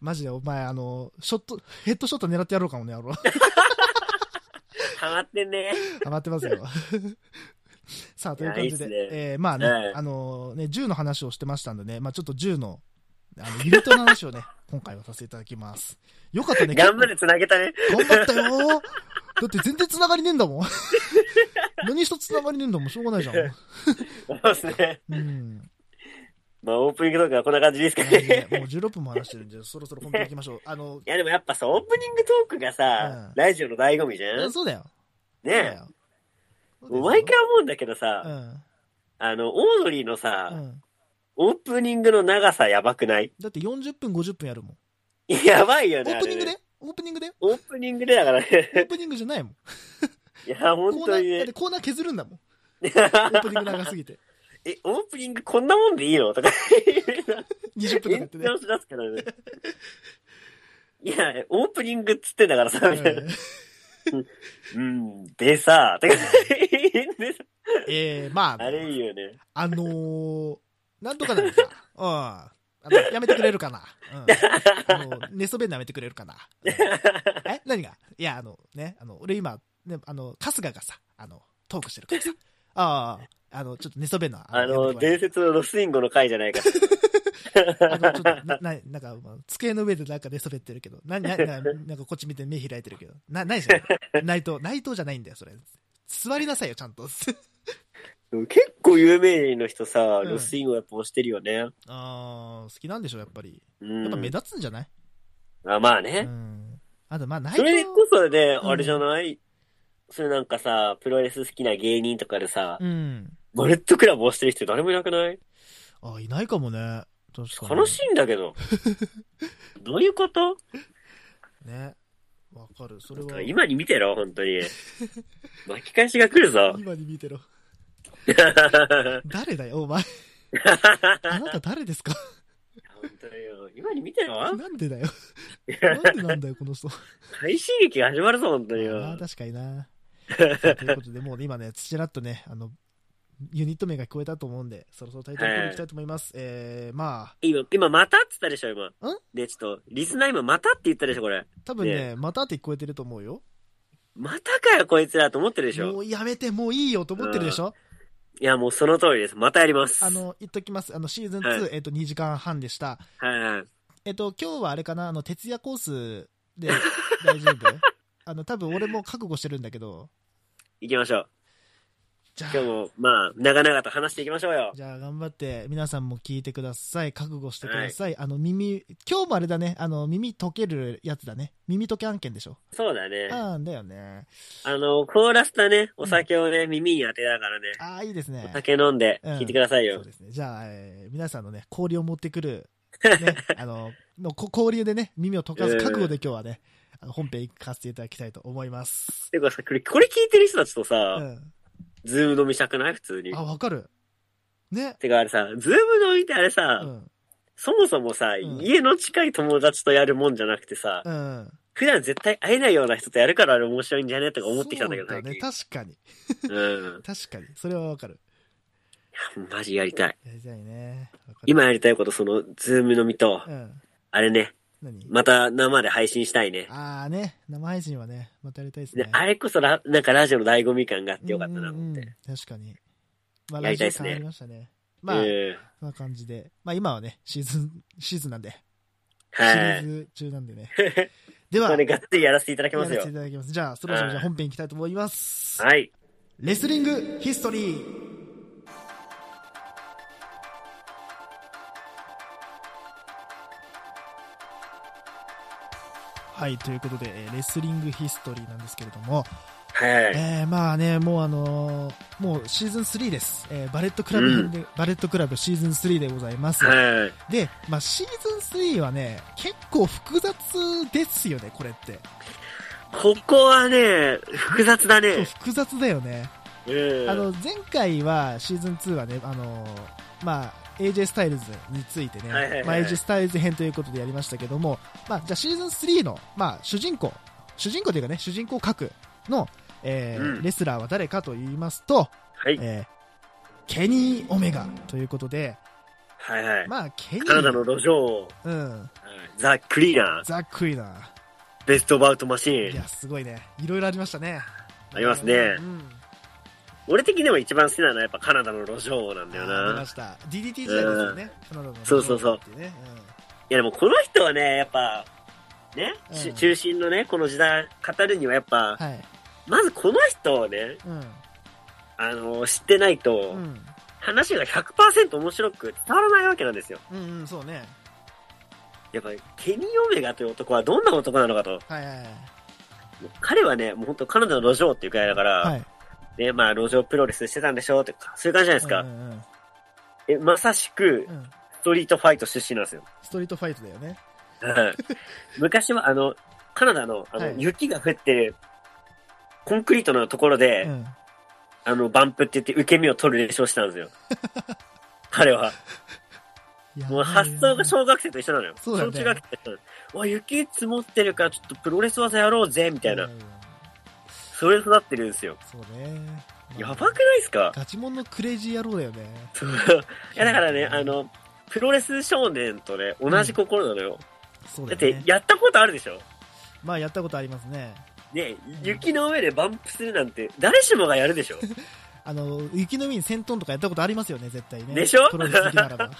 Speaker 2: マジで、お前、あの、ショット、ヘッドショット狙ってやろうかもね、 やろう。
Speaker 3: ハマってんね。
Speaker 2: ハマってますよ。 さあ、という感じで、
Speaker 3: いやいいっすね
Speaker 2: えーまあね、
Speaker 3: はい
Speaker 2: あのね、銃の話をしてましたんでね、まあちょっと銃の、あの、ユニットの話をね、今回はさせていただきます。よかったね、
Speaker 3: 頑張って繋げたね。
Speaker 2: 結構頑張ったよーだって全然繋がりねえんだも ん。何一つ繋がりねえんだもん、しょうがないじゃん。
Speaker 3: そうですね。
Speaker 2: うん。
Speaker 3: まあ、オープニングとかこんな感じですか
Speaker 2: はい
Speaker 3: ね
Speaker 2: ね。もう16分も話してるんで、そろそろ本編行きましょう。あの、
Speaker 3: いや、でもやっぱさ、オープニングトークがさ、
Speaker 2: うん
Speaker 3: ラジオの醍醐味じゃん
Speaker 2: そうだよ。そうだ
Speaker 3: ね
Speaker 2: よ。
Speaker 3: もう毎回思うんだけどさ、
Speaker 2: うん。
Speaker 3: あの、オードリーのさ、
Speaker 2: うん。
Speaker 3: オープニングの長さやばくない
Speaker 2: だって40分、50分やるもん。
Speaker 3: やばいよ
Speaker 2: オ
Speaker 3: ね、
Speaker 2: ープニング
Speaker 3: あれね
Speaker 2: でオープニングで
Speaker 3: オープニングでだから
Speaker 2: オ
Speaker 3: ね。
Speaker 2: ープニングじゃないもん。
Speaker 3: いや、 本
Speaker 2: コーナ
Speaker 3: 当に
Speaker 2: ー、だっ
Speaker 3: ね
Speaker 2: て。コーナー削るんだ もん。オープニング長すぎて。
Speaker 3: え、オープニングこんなもんでいいのとか。
Speaker 2: 20分とかやって
Speaker 3: 延
Speaker 2: ね。
Speaker 3: 長しだすからね。いや、オープニングっつってんだからさ、みたいな。うん、でさ、とか。 でさ
Speaker 2: えー、まあ、
Speaker 3: あれいいよね。
Speaker 2: あのー、なんとかなるか。うん。あの、やめてくれるかな。うん。あの、寝そべんのやめてくれるかな。うんえ何がいや、あの、ね、あの、俺今、ね、あの、春日がさ、あの、トークしてるからさ。ああ、あの、ちょっと寝そべんの。
Speaker 3: あ
Speaker 2: や
Speaker 3: の、
Speaker 2: めて
Speaker 3: 伝説のロスインゴの回じゃないか。
Speaker 2: くれあの、ちょっと、な、ななんか、まあ机の上でなんか寝そべってるけど、な、な、ななんかこっち見て目開いてるけど、な、ないじゃん。内藤、内藤じゃないんだよ、それ。座りなさいよ、ちゃんと。
Speaker 3: でも結構有名人の人さ、
Speaker 2: うん
Speaker 3: ロスインゴやっぱ押してるよね。
Speaker 2: ああ、好きなんでしょ、やっぱり。
Speaker 3: うん。
Speaker 2: やっぱ目立つんじゃない
Speaker 3: あまあ
Speaker 2: う
Speaker 3: ね。
Speaker 2: ん。あと、まあ、内
Speaker 3: それ
Speaker 2: 藤。
Speaker 3: こそね、
Speaker 2: うん
Speaker 3: あれじゃないそれなんかさ、プロレス好きな芸人とかでさ、
Speaker 2: うん。
Speaker 3: バレットクラブ押してる人誰もいなくない
Speaker 2: あ、いないかもね。確かに。
Speaker 3: 悲しいん だけど。どういうこと
Speaker 2: い。ね。わかる。それ
Speaker 3: なん
Speaker 2: は
Speaker 3: か。今に見てろ、本当に。巻き返しが来る ぞ。
Speaker 2: 今に見てろ。誰だよ、 お前。あなた誰ですか
Speaker 3: 本当よ。今に見てろ。
Speaker 2: なんでだよ。なんでなんだよ、この人。
Speaker 3: 快進撃が始まるぞ、本当に
Speaker 2: あ
Speaker 3: よ
Speaker 2: ー。確かに な。さあということで、もうね今ね、ちらっとね、あの、ユニット名が聞こえたと思うんで、そろそろタイトルコールいきたいと思います。えー、まあ、
Speaker 3: 今、今、またって言ったでしょ、今。で、ちょっと、リスナー今、またって言ったでしょ、これ。
Speaker 2: 多分
Speaker 3: ね
Speaker 2: ね、またって聞こえてると思うよ。
Speaker 3: またかよ、こいつらと思ってるでし
Speaker 2: も
Speaker 3: ょ。
Speaker 2: うやめて、もういいよと思ってるでしょ
Speaker 3: いや、もうその通りです。またやります。
Speaker 2: あ
Speaker 3: はい
Speaker 2: の、言っときます。あの、シーズン2、
Speaker 3: はい
Speaker 2: えっと、2時間半でした。
Speaker 3: はい。
Speaker 2: えっと、今日はあれかな、あの、徹夜コースで大丈夫 あの、多分俺も覚悟してるんだけど、
Speaker 3: 行きましょう。
Speaker 2: じゃ
Speaker 3: 今日
Speaker 2: あ、
Speaker 3: も、まあ、長々と話していきましょうよ。
Speaker 2: じゃあ頑張って、皆さんも聞いてください。覚悟してください。あの、耳、今日もあれだね、あの、耳溶けるやつだね。耳溶け案件でしょ。
Speaker 3: そうだね。
Speaker 2: ああ、だよね。
Speaker 3: あの、コーラスだね、お酒をね、耳に当てながらね、
Speaker 2: ああ、いいですね
Speaker 3: お。酒飲んで、
Speaker 2: うん
Speaker 3: 聞いてください
Speaker 2: そ
Speaker 3: よ
Speaker 2: う。ですね。じゃあ、えー皆さんのね、氷を持ってく る、ね、あの、のこ交流でね、耳を溶かす覚悟で今日はね、あの本編行かせていただきたいと思います。
Speaker 3: てかさ、これ、これ聞いてる人たちと
Speaker 2: う
Speaker 3: さ、
Speaker 2: ん。
Speaker 3: ズーム飲みしたくない普通に
Speaker 2: あ、。わかる。ね。
Speaker 3: てかあれさ、ズーム飲みってあれさ、
Speaker 2: うん。
Speaker 3: そもそもさ、
Speaker 2: ん
Speaker 3: 家の近い友達とやるもんじゃなくてさ、
Speaker 2: うん。
Speaker 3: 普段絶対会えないような人とやるからあれ面白いんじゃねとか思ってきたんだけど、
Speaker 2: そうね。
Speaker 3: 最近
Speaker 2: 確かに。
Speaker 3: うん。
Speaker 2: 確かに。それはわかる。
Speaker 3: マジやりたい。
Speaker 2: やりたいね。わかる。
Speaker 3: 今やりたいこと、その、ズーム飲みと、
Speaker 2: うん。
Speaker 3: あれね、
Speaker 2: 何
Speaker 3: また生で配信したいね。
Speaker 2: ああね。生配信はね、またやりたいです
Speaker 3: で
Speaker 2: ね。
Speaker 3: あれこそラ、なんかラジオの醍醐味感があってよかったな、
Speaker 2: うん
Speaker 3: 思っ
Speaker 2: うんう
Speaker 3: て。
Speaker 2: ん確かに。まあ、
Speaker 3: や
Speaker 2: ラ
Speaker 3: り
Speaker 2: ジ
Speaker 3: たい
Speaker 2: オ
Speaker 3: っす
Speaker 2: さ
Speaker 3: ね
Speaker 2: んありましたね。まあ、
Speaker 3: うん
Speaker 2: そんな感じで。まあ、今はね、シーズン、シーズンなんで。シリ
Speaker 3: は
Speaker 2: ー
Speaker 3: い。
Speaker 2: ズ中なんで ね。で
Speaker 3: こ
Speaker 2: は、
Speaker 3: れ
Speaker 2: や
Speaker 3: がっつりやらせていただきま
Speaker 2: ら
Speaker 3: す
Speaker 2: せ
Speaker 3: よ
Speaker 2: てい。ただきます。じゃあ、そろそろじゃあ本編行きたいと思います。
Speaker 3: はい。
Speaker 2: レスリングヒストリー。はい、ということで、えーレスリングヒストリーなんですけれども、
Speaker 3: はい。
Speaker 2: えーまあね、もうあのーもうシーズン3です。えーバレットクラブ編で、バレットクラブシーズン3でございます。
Speaker 3: はい。
Speaker 2: で、まあシーズン3はね、結構複雑ですよね、これって。
Speaker 3: ここはね、複雑だ
Speaker 2: そう
Speaker 3: ね。
Speaker 2: 複雑だよね。
Speaker 3: うん。
Speaker 2: あの、前回はシーズン2はね、あのーまあ、AJ スタイルズについてね、
Speaker 3: はいはいはい
Speaker 2: まあ、AJ スタイルズ編ということでやりましたけども、まあ、じゃあシーズン3の、まあ、主人公、主人公というかね、主人公格の、えー
Speaker 3: うん
Speaker 2: レスラーは誰かと言いますと、
Speaker 3: はい。
Speaker 2: えーケニー・オメガということで、
Speaker 3: はいはい。
Speaker 2: まあ、ケニ
Speaker 3: カナダの
Speaker 2: ー、
Speaker 3: 路上を、
Speaker 2: うん、
Speaker 3: ザ・クリーナ
Speaker 2: ざっくりな、
Speaker 3: ー、ベストバウトマシ
Speaker 2: い
Speaker 3: ーン。
Speaker 2: や、すごいね、いろいろありましたね。
Speaker 3: ありますね
Speaker 2: うん
Speaker 3: 俺的には一番好きなのはやっぱカナダの路上なんだよ
Speaker 2: あり
Speaker 3: な
Speaker 2: ま。した。DDT 時代ですよね。カナダのね
Speaker 3: そうそうそう
Speaker 2: ってねうん
Speaker 3: いやでもこの人はね、やっぱ、ね、し
Speaker 2: うん
Speaker 3: 中心のね、この時代語るにはやっぱ、
Speaker 2: はい。
Speaker 3: まずこの人をね、
Speaker 2: うん。
Speaker 3: あの、知ってないと、
Speaker 2: うん。
Speaker 3: 話が100%面白く伝わらないわけなんですよ。
Speaker 2: うん、うん、そうね。
Speaker 3: やっぱり、ケニー・オメガという男はどんな男なのかと。
Speaker 2: はいはいはい。
Speaker 3: 彼はね、もう本当カナダの路上っていうくらいだから、
Speaker 2: はい。
Speaker 3: ね、まあ路上プロレスしてたんでしょうとか、そういう感じじゃないですか。
Speaker 2: うんうんうん
Speaker 3: え、まさしく
Speaker 2: う、ん。
Speaker 3: ストリートファイト出身なんですよ。
Speaker 2: ストリートファイトだよね。
Speaker 3: はい昔はあの、カナダの、あの、
Speaker 2: はい
Speaker 3: 雪が降ってる、コンクリートのところで、
Speaker 2: うん。
Speaker 3: あの、バンプって言って受け身を取る練習をしてたんで すよ。彼は。
Speaker 2: やばい
Speaker 3: もう発想が小学生と一緒なのよ。
Speaker 2: そうだよね
Speaker 3: 小中学生と一緒なの。わ、雪積もってるからちょっとプロレス技やろうぜ、みたいな
Speaker 2: う。ん
Speaker 3: それ育ってるんですよ。
Speaker 2: そうね。
Speaker 3: やばくないですか
Speaker 2: ガチモンのクレイジー野郎だよね。
Speaker 3: そういや、だからね、あ、の、プロレス少年とね、同じ心なのよ。
Speaker 2: そうだ
Speaker 3: だ
Speaker 2: よ
Speaker 3: っ
Speaker 2: ね
Speaker 3: て、やったことあるでしょ
Speaker 2: まあ、やったことありますね。
Speaker 3: ね、雪の上でバンプするなんて、誰しもがやるでしょ
Speaker 2: あの、雪の上に1000トンとかやったことありますよね、絶対ね。
Speaker 3: でしょ
Speaker 2: プロレス好きならば。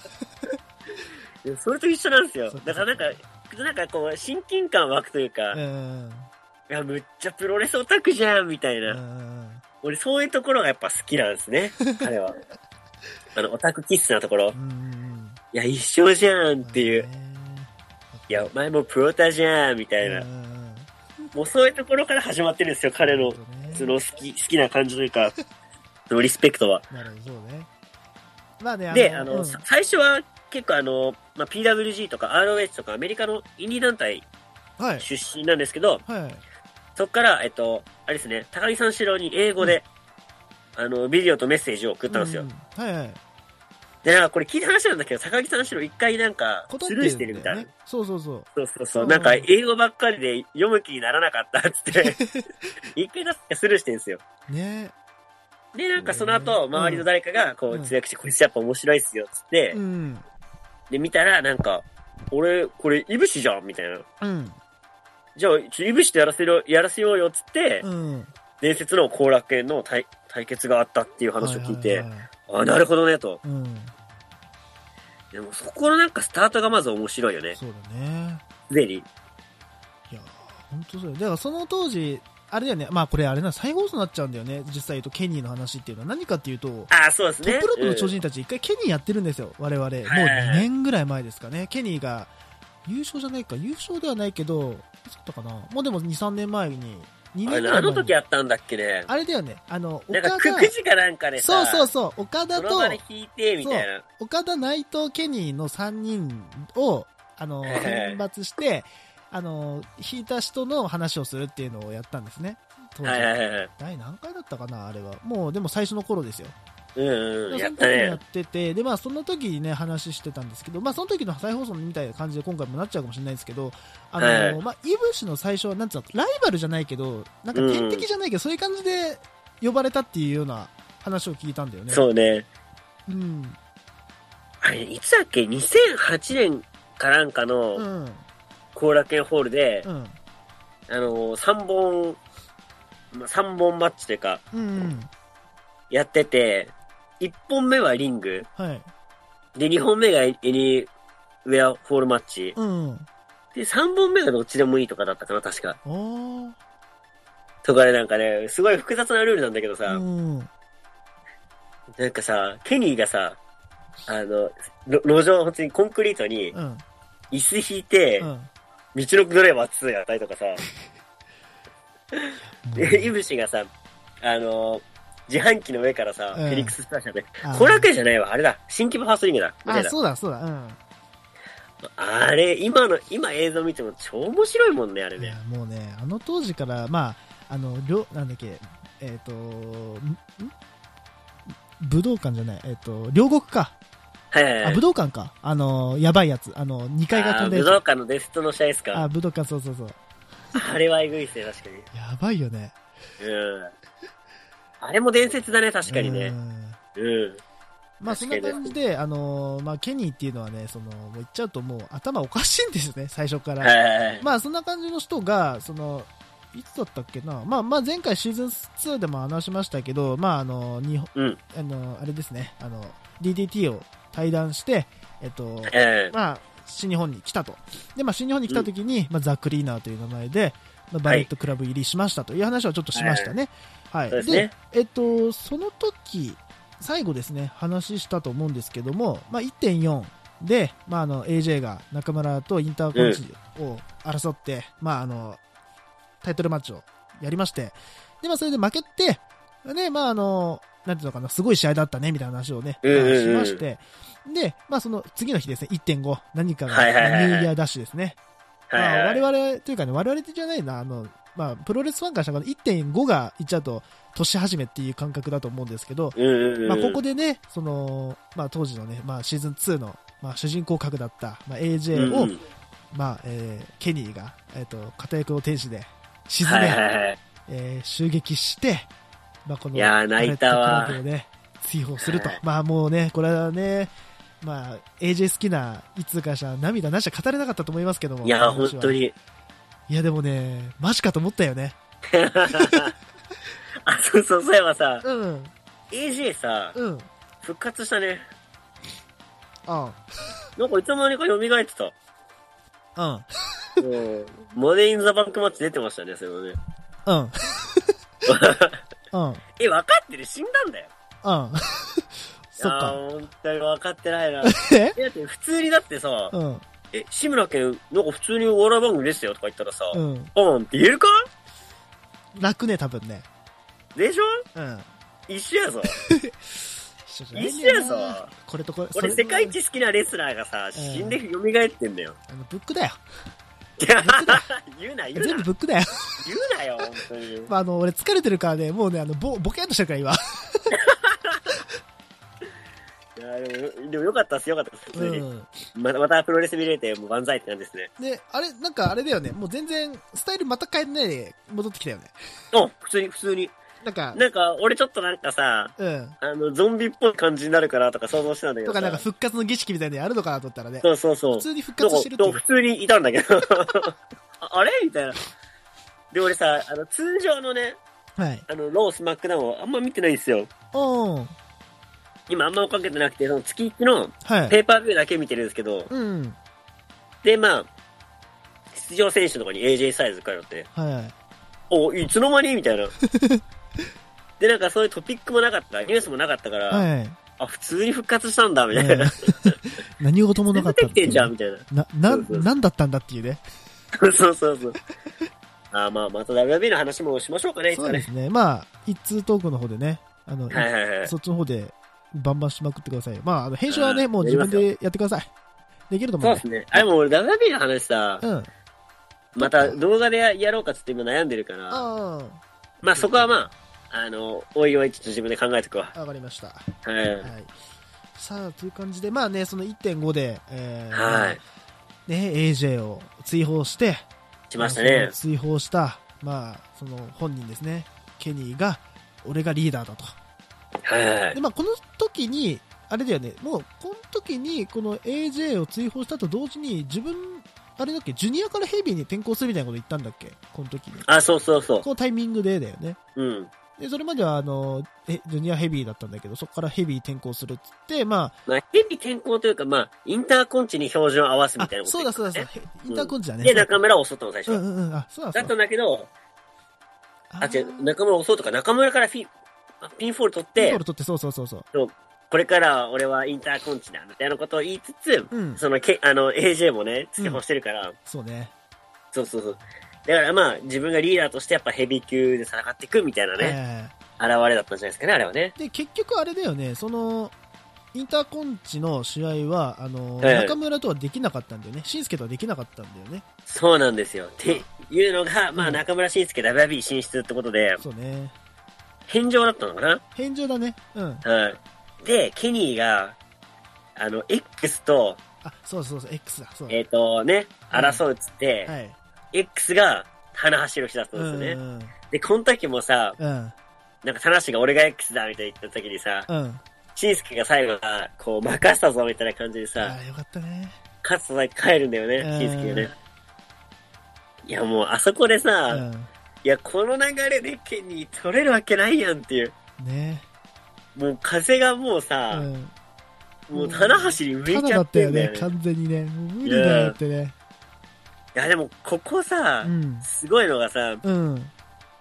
Speaker 3: でそれと一緒なんですよ
Speaker 2: そっ。か
Speaker 3: だからなんか、なんかこう、親近感湧くというか、
Speaker 2: う
Speaker 3: い
Speaker 2: ん。
Speaker 3: や、むっちゃプロレスオタクじゃん、みたいな。
Speaker 2: うん。
Speaker 3: 俺、そういうところがやっぱ好きなんで すね、彼は。あの、オタクキッスなところ
Speaker 2: う。ん。
Speaker 3: いや、一緒じゃんっていう。
Speaker 2: ね。
Speaker 3: いや、お前もプロタじゃん、みたいな
Speaker 2: う。ん
Speaker 3: もうそういうところから始まってるんですよ、彼の、その。好き、好きな感じというか、そのリスペクトは。
Speaker 2: なるほど、そうね。まあね、
Speaker 3: で、あ
Speaker 2: う
Speaker 3: の、
Speaker 2: ん
Speaker 3: さ最初は結構あの、まあ、PWG とか ROH とかアメリカのインディ団体
Speaker 2: はい。
Speaker 3: 出身なんですけど、
Speaker 2: はい。
Speaker 3: そこから、えっと、あれですね、高木さん四郎に英語で、あの、ビデオとメッセージを送ったんですよ。
Speaker 2: うはいはい。
Speaker 3: で、なんかこれ聞いた話なんだけど、高木さん四郎一回なんか、スルーしてるみたいな。
Speaker 2: ね。そうそうそう。
Speaker 3: そうそう
Speaker 2: う
Speaker 3: そ
Speaker 2: ん
Speaker 3: う。なんか、英語ばっかりで読む気にならなかったっつって、 一回だけスルーしてるんですよ。
Speaker 2: ね
Speaker 3: で、なんかその後、
Speaker 2: うん
Speaker 3: 周りの誰かが、こ
Speaker 2: うん
Speaker 3: う、通訳して、こいつやっぱ面白いっすよ、つって、
Speaker 2: うん。
Speaker 3: で、見たら、なんか、俺、これ、いぶしじゃんみたいな。
Speaker 2: うん。
Speaker 3: じゃあ、ちょいぶしとやらせろ、やらせようよ、つって、
Speaker 2: うん。
Speaker 3: 伝説の後楽園の対対決があったっていう話を聞いて、
Speaker 2: ははは
Speaker 3: あ、なるほどね、と。
Speaker 2: うん。
Speaker 3: でも、そこのなんか、スタートがまず面白いよね。
Speaker 2: そうだね。
Speaker 3: すでに。
Speaker 2: いや、本当そうよ。だからその当時、あれだよね。まあこれあれな、再放送になっちゃうんだよね。実際言うとケニーの話っていうのは何かっていうと、
Speaker 3: あ、そうです
Speaker 2: ト
Speaker 3: ね
Speaker 2: ッ。プロープの超人たち一回ケニーやってるんですよ。我々。もう2年ぐらい前ですかね。ケニーが優勝じゃないか。優勝ではないけど、いつだったかな。もうでも2、3年前に。2
Speaker 3: う
Speaker 2: 年ぐ
Speaker 3: んあれ
Speaker 2: らい
Speaker 3: 何
Speaker 2: 前
Speaker 3: の
Speaker 2: に
Speaker 3: 時やったんだっけね。
Speaker 2: あれだよね。あの、
Speaker 3: な
Speaker 2: 岡
Speaker 3: んか、
Speaker 2: 田
Speaker 3: く、くじかなんかで
Speaker 2: そ
Speaker 3: さ、
Speaker 2: うそうそう、岡田
Speaker 3: そ
Speaker 2: と
Speaker 3: の、場で引いて、みたいな。
Speaker 2: 岡田、内藤、ケニーの3人を、あの、
Speaker 3: はいはい
Speaker 2: 選抜して、あの、引いた人の話をするっていうのをやったんですね。当時。
Speaker 3: はいはいはいはい。
Speaker 2: 第何回だったかな、あれは。もう、でも最初の頃ですよ。
Speaker 3: うんう
Speaker 2: で
Speaker 3: ん、や
Speaker 2: そ
Speaker 3: っ
Speaker 2: の時
Speaker 3: た
Speaker 2: にや
Speaker 3: ね
Speaker 2: っ。てて、で、まあ、その時にね、話してたんですけど、まあ、その時の再放送みたいな感じで今回もなっちゃうかもしれないですけど、あの、
Speaker 3: はい
Speaker 2: まあ、イブシの最初は、なんつうの、ライバルじゃないけど、なんか天敵じゃないけど、そういう感じで呼ばれたっていうような話を聞いたんだよね。
Speaker 3: そうね。
Speaker 2: うん。
Speaker 3: あれ、いつだっけ ?2008 年かなんか
Speaker 2: う
Speaker 3: の
Speaker 2: ん。
Speaker 3: 後楽園ホールで、
Speaker 2: うん。
Speaker 3: あのー、3本、まあ3本マッチというか、
Speaker 2: うん。
Speaker 3: やってて、1本目はリング、
Speaker 2: はい。
Speaker 3: で、2本目がエニーウェアホールマッチ、
Speaker 2: うん。
Speaker 3: で、3本目がどっちでもいいとかだったかな、確か。
Speaker 2: おー。
Speaker 3: とかね、なんかね、すごい複雑なルールなんだけどさ、
Speaker 2: うん。
Speaker 3: なんかさ、ケニーがさ、あの、ろ路上、本当にコンクリートに
Speaker 2: うん。
Speaker 3: 椅子引いて、
Speaker 2: うん。
Speaker 3: 道
Speaker 2: も
Speaker 3: のドライバー2やった りとかさ、
Speaker 2: う
Speaker 3: でイブシがさ、あの、自販機の上からさ、
Speaker 2: うん
Speaker 3: フェニックススターシャで、
Speaker 2: あー
Speaker 3: これだけじゃないわ、あれだ、新規部ハースリングだ、みたい
Speaker 2: あ、
Speaker 3: な。
Speaker 2: そうだ、そうだ、う
Speaker 3: あれ、今の、今映像見ても超面白いもんね、あれ
Speaker 2: ん。いや
Speaker 3: ね。
Speaker 2: もうね、あの当時から、まあ、あの、りょなんだっけ、えっ、と、んん武道館じゃない、えっ、と、両国か。
Speaker 3: はいはいは
Speaker 2: あ、
Speaker 3: い
Speaker 2: 武。道館か。あの、やばいやつ。あの、2階が
Speaker 3: あ
Speaker 2: 飛
Speaker 3: ー
Speaker 2: んで
Speaker 3: 武
Speaker 2: る
Speaker 3: 道
Speaker 2: やつ。
Speaker 3: 館のデストの試合です
Speaker 2: あ、
Speaker 3: か。
Speaker 2: 武道館、そうそうそう。
Speaker 3: あれはえぐいっすね、確か
Speaker 2: やばいよね。
Speaker 3: に。うん。あれも伝説だね、確かにね
Speaker 2: う。ん
Speaker 3: うん。
Speaker 2: まあそんな
Speaker 3: 確か
Speaker 2: 感
Speaker 3: に
Speaker 2: じで、あのーまあ、ケニーっていうのはね、その、もう言っちゃうともう頭おかしいんですよね、 最初から。
Speaker 3: はいはいはい。
Speaker 2: まあそんな感じの人が、その、いつだったっけな、まあまあ前回シーズン2でも話しましたけど、まああの、日本、
Speaker 3: うん
Speaker 2: あの、あれですね、あの、DDT を対談して、えっと、
Speaker 3: ええ
Speaker 2: まあ、新日本に来たと。で、まあ新日本に来た時に、まあザ・クリーナーという名前で、まあ、バレットクラブ入りしましたという話はちょっとしましたね。はい。
Speaker 3: そうですね。
Speaker 2: えっと、その時、最後ですね、話したと思うんですけども、まあ、1.4で、まあ、あの、AJ が中村とインターコンチを争って、まあ、あの、タイトルマッチをやりまして、で、まあ、それで負けて、ね、まあ、あの、なんていうのかな、すごい試合だったね、みたいな話をね、
Speaker 3: うんうんうん
Speaker 2: まあしまして、で、まあ、その次の日ですね、1.5、何かが、
Speaker 3: はいはいはいはい
Speaker 2: ニューイヤーダッシュですね。
Speaker 3: はいはい。
Speaker 2: まあ、我々というかね、我々じゃないな、あの、まあ、プロレスファンからしたら1.5が言っちゃうと、年始めっていう感覚だと思うんですけど、
Speaker 3: うんうんうん。
Speaker 2: まあ、ここでね、その、まあ、当時のね、まあ、シーズン2の、まあ、主人公格だった、まあ、AJ を、
Speaker 3: うんうん
Speaker 2: まあ、えーケニーが、えっ、と、片役の天使で沈め、
Speaker 3: はいはいはい。
Speaker 2: えー襲撃して、まあ、この、
Speaker 3: いやー泣いたわ
Speaker 2: パレットクラブをね、追放すると
Speaker 3: はい。
Speaker 2: まあ、もうね、これはね、まあ、AJ 好きな、いつかしゃ涙なしは語れなかったと思いますけども。
Speaker 3: い
Speaker 2: この話
Speaker 3: や、
Speaker 2: は
Speaker 3: 本当に。
Speaker 2: いやでもね、マジかと思ったよね。
Speaker 3: あ、そうそう、そういえばさ、
Speaker 2: うん、
Speaker 3: AJ さ、
Speaker 2: うん、
Speaker 3: 復活したね。
Speaker 2: あ
Speaker 3: なんかいつの間にか蘇ってた。
Speaker 2: うん、
Speaker 3: うんモデイン・ザ・バンクマッチ出てましたね、それもね。
Speaker 2: うん、うん、
Speaker 3: え、分かってる死んだんだよ。
Speaker 2: うん。そっ
Speaker 3: いや
Speaker 2: か。
Speaker 3: ー本当に分かってないな。
Speaker 2: え
Speaker 3: えだって普通にだってさ、
Speaker 2: うん、
Speaker 3: え、志村けん、なんか普通にお笑い番組ですよとか言ったらさ、
Speaker 2: う
Speaker 3: うん、
Speaker 2: ん。
Speaker 3: って言えるか
Speaker 2: 楽ね、多分ね。
Speaker 3: でしょ
Speaker 2: うん。
Speaker 3: 一 緒やぞ。
Speaker 2: 一緒じ
Speaker 3: 一緒
Speaker 2: ねえ
Speaker 3: や
Speaker 2: ん
Speaker 3: ぞ
Speaker 2: だよ。なこれとこれ、
Speaker 3: 俺
Speaker 2: それ
Speaker 3: 世界一好きなレスラーがさ、死んで蘇ってんだよ。
Speaker 2: あの、ブックだよ。
Speaker 3: 言うな、言うな、
Speaker 2: 全部ブックだよ。
Speaker 3: 言うなよ、本当に。
Speaker 2: まあ、あの、俺疲れてるからね、もうね、あの、ぼ、ボケっとしてるから今。
Speaker 3: いやでもでもよかったっす、よかったっす、普通
Speaker 2: う
Speaker 3: に。
Speaker 2: ん。
Speaker 3: ままたプロレス見れて、もう万歳って感じですね。
Speaker 2: で、あれ、なんかあれだよね、もう全然、スタイルまた変えてないで戻ってきたよね。
Speaker 3: うん、普通に、普通に。
Speaker 2: なんか、
Speaker 3: なんか、俺ちょっとなんかさ、
Speaker 2: うん。
Speaker 3: あの、ゾンビっぽい感じになるかなとか想像してたんだけ
Speaker 2: と
Speaker 3: ど
Speaker 2: か
Speaker 3: さ。
Speaker 2: なんか復活の儀式みたいなのやるのかなと思ったらね、
Speaker 3: そうそうそう。
Speaker 2: 普通に復活してるってい
Speaker 3: なん
Speaker 2: う
Speaker 3: か。普通にいたんだけど。 ああれみたいな。で、俺さ、あの、通常のね、
Speaker 2: はい。
Speaker 3: あの、ロースマックダウンをあんま見てないんですよ。
Speaker 2: うん。
Speaker 3: 今あんま追っかけてなくて、その月1の
Speaker 2: はい。
Speaker 3: ペーパービューだけ見てるんですけど、
Speaker 2: うん。
Speaker 3: で、まあ、出場選手のとかに AJ サイズ通って、
Speaker 2: はい。
Speaker 3: お、いつの間にみ たいな。で、なんかそういうトピックもなかった、ニュースもなかったから、
Speaker 2: はい。
Speaker 3: あ、普通に復活したんだ、みたいな。
Speaker 2: 何事もな
Speaker 3: 全
Speaker 2: か
Speaker 3: 部
Speaker 2: った
Speaker 3: で
Speaker 2: っ
Speaker 3: き
Speaker 2: てい
Speaker 3: て
Speaker 2: うん
Speaker 3: じゃん、みたいな。
Speaker 2: な、な
Speaker 3: そうそ
Speaker 2: ん、
Speaker 3: う
Speaker 2: なんだったんだっていうね。
Speaker 3: そう そうそう。あーまあ、また WB の話もしましょうかね、いつ
Speaker 2: そう
Speaker 3: か
Speaker 2: で
Speaker 3: ね。
Speaker 2: すね。まあ、一通トークの方でね、あの、
Speaker 3: はいはいはい。
Speaker 2: そっちの方でバンバンしまくってくださいよ。まあ、あの、編集はね、
Speaker 3: うん
Speaker 2: もう自分でやってください。できると思
Speaker 3: そううんで
Speaker 2: で。
Speaker 3: すね。あ、でも俺 WB の話さ、
Speaker 2: うん。
Speaker 3: また動画でややろうかっつって今悩んでるから、
Speaker 2: あ
Speaker 3: まあそこはまあ、あの、おいおいちょっと自分で考えてくわ。
Speaker 2: あ、わかりました。は
Speaker 3: はい。
Speaker 2: い。さあ、という感じで、まあね、その1.5で、えー
Speaker 3: はい。
Speaker 2: ね、AJ を追放して、
Speaker 3: しました
Speaker 2: まあそ
Speaker 3: ね
Speaker 2: の。追放した、まあ、その本人ですね、ケニーが、俺がリーダーだと。
Speaker 3: はいはいはい
Speaker 2: で、。まあ、この時に、あれだよね、もう、この時に、この AJ を追放したと同時に、自分、あれだっけ、ジュニアからヘビーに転向するみたいなこと言ったんだっけ、この時に。
Speaker 3: あ、そうそうそ
Speaker 2: このタイミングでだよね。
Speaker 3: う。うん。
Speaker 2: で、それまでは、あの、えジュニアヘビーだったんだけど、そこからヘビー転向するっつって、ま
Speaker 3: まあ、変に転向というか、まあ、インターコンチに標準を合わす
Speaker 2: あ、
Speaker 3: み
Speaker 2: あ
Speaker 3: たいなこと
Speaker 2: そうだ
Speaker 3: 言って
Speaker 2: そうだ
Speaker 3: たね
Speaker 2: そうだ、インターコンチだね。
Speaker 3: で、中村を襲ったの最
Speaker 2: うん
Speaker 3: 初。
Speaker 2: うんうん、あ、そうだ
Speaker 3: だ
Speaker 2: そ
Speaker 3: っ
Speaker 2: う
Speaker 3: た
Speaker 2: だ。
Speaker 3: んだけど、あ、違う、中村襲うとか、中村からフィン、あピンフォール取っ
Speaker 2: ピン
Speaker 3: て
Speaker 2: ボー、ル取って、そうそうそうそう。
Speaker 3: これから俺はインターコンチだ、みたいなことを言いつつ、
Speaker 2: うん
Speaker 3: そのけ、あの、AJ もね、付け干してるから、
Speaker 2: そうね。
Speaker 3: そうそうそう。だからまあ、自分がリーダーとしてやっぱヘビー級で戦っていくみたいなね、
Speaker 2: え
Speaker 3: 現れだったんじゃないですかね、あれはね。
Speaker 2: えで、結局あれだよね、その、インターコンチの試合は、あの、
Speaker 3: ええ
Speaker 2: 中村とはできなかったんだよね。シンスケとはできなかったんだよね。
Speaker 3: そうなんですよ。っていうのが、ま
Speaker 2: う
Speaker 3: あ、
Speaker 2: ん
Speaker 3: 中村晋介 WB 進出ってことで、
Speaker 2: そうね。
Speaker 3: 返上だったのかな
Speaker 2: 返上だね。うん。
Speaker 3: はい。で、ケニーが、あの、X と、
Speaker 2: あ、そうそうそう、X だ。そうだ
Speaker 3: えっ、とね、
Speaker 2: うん
Speaker 3: 争うっつって、
Speaker 2: はい。
Speaker 3: X が、棚橋宏だったんですよね。
Speaker 2: うん。
Speaker 3: で、この時もさ、
Speaker 2: うん。
Speaker 3: なんか、棚橋が俺が X だみたいに言った時にさ、
Speaker 2: うん。
Speaker 3: しんすけが最後さ、こう、任したぞみたいな感じで
Speaker 2: あ
Speaker 3: さ、
Speaker 2: あ、よかったね。
Speaker 3: 勝つぞって帰るんだよね
Speaker 2: うん、
Speaker 3: しんすけがね。いや、もう、あそこでさ、
Speaker 2: う
Speaker 3: いや、この流れでケニー取れるわけないやんっていう。
Speaker 2: ん。ね。
Speaker 3: もう風がもう
Speaker 2: う
Speaker 3: さ、
Speaker 2: ん。
Speaker 3: もう棚橋に向
Speaker 2: カ
Speaker 3: いち
Speaker 2: ナだ
Speaker 3: ゃ
Speaker 2: っ
Speaker 3: ったて
Speaker 2: よ
Speaker 3: んだよ
Speaker 2: ね
Speaker 3: ね。、
Speaker 2: 完全にね。もう無理だよってね。
Speaker 3: いや、でも、ここさ、
Speaker 2: うん。
Speaker 3: すごいのがさ、
Speaker 2: うん。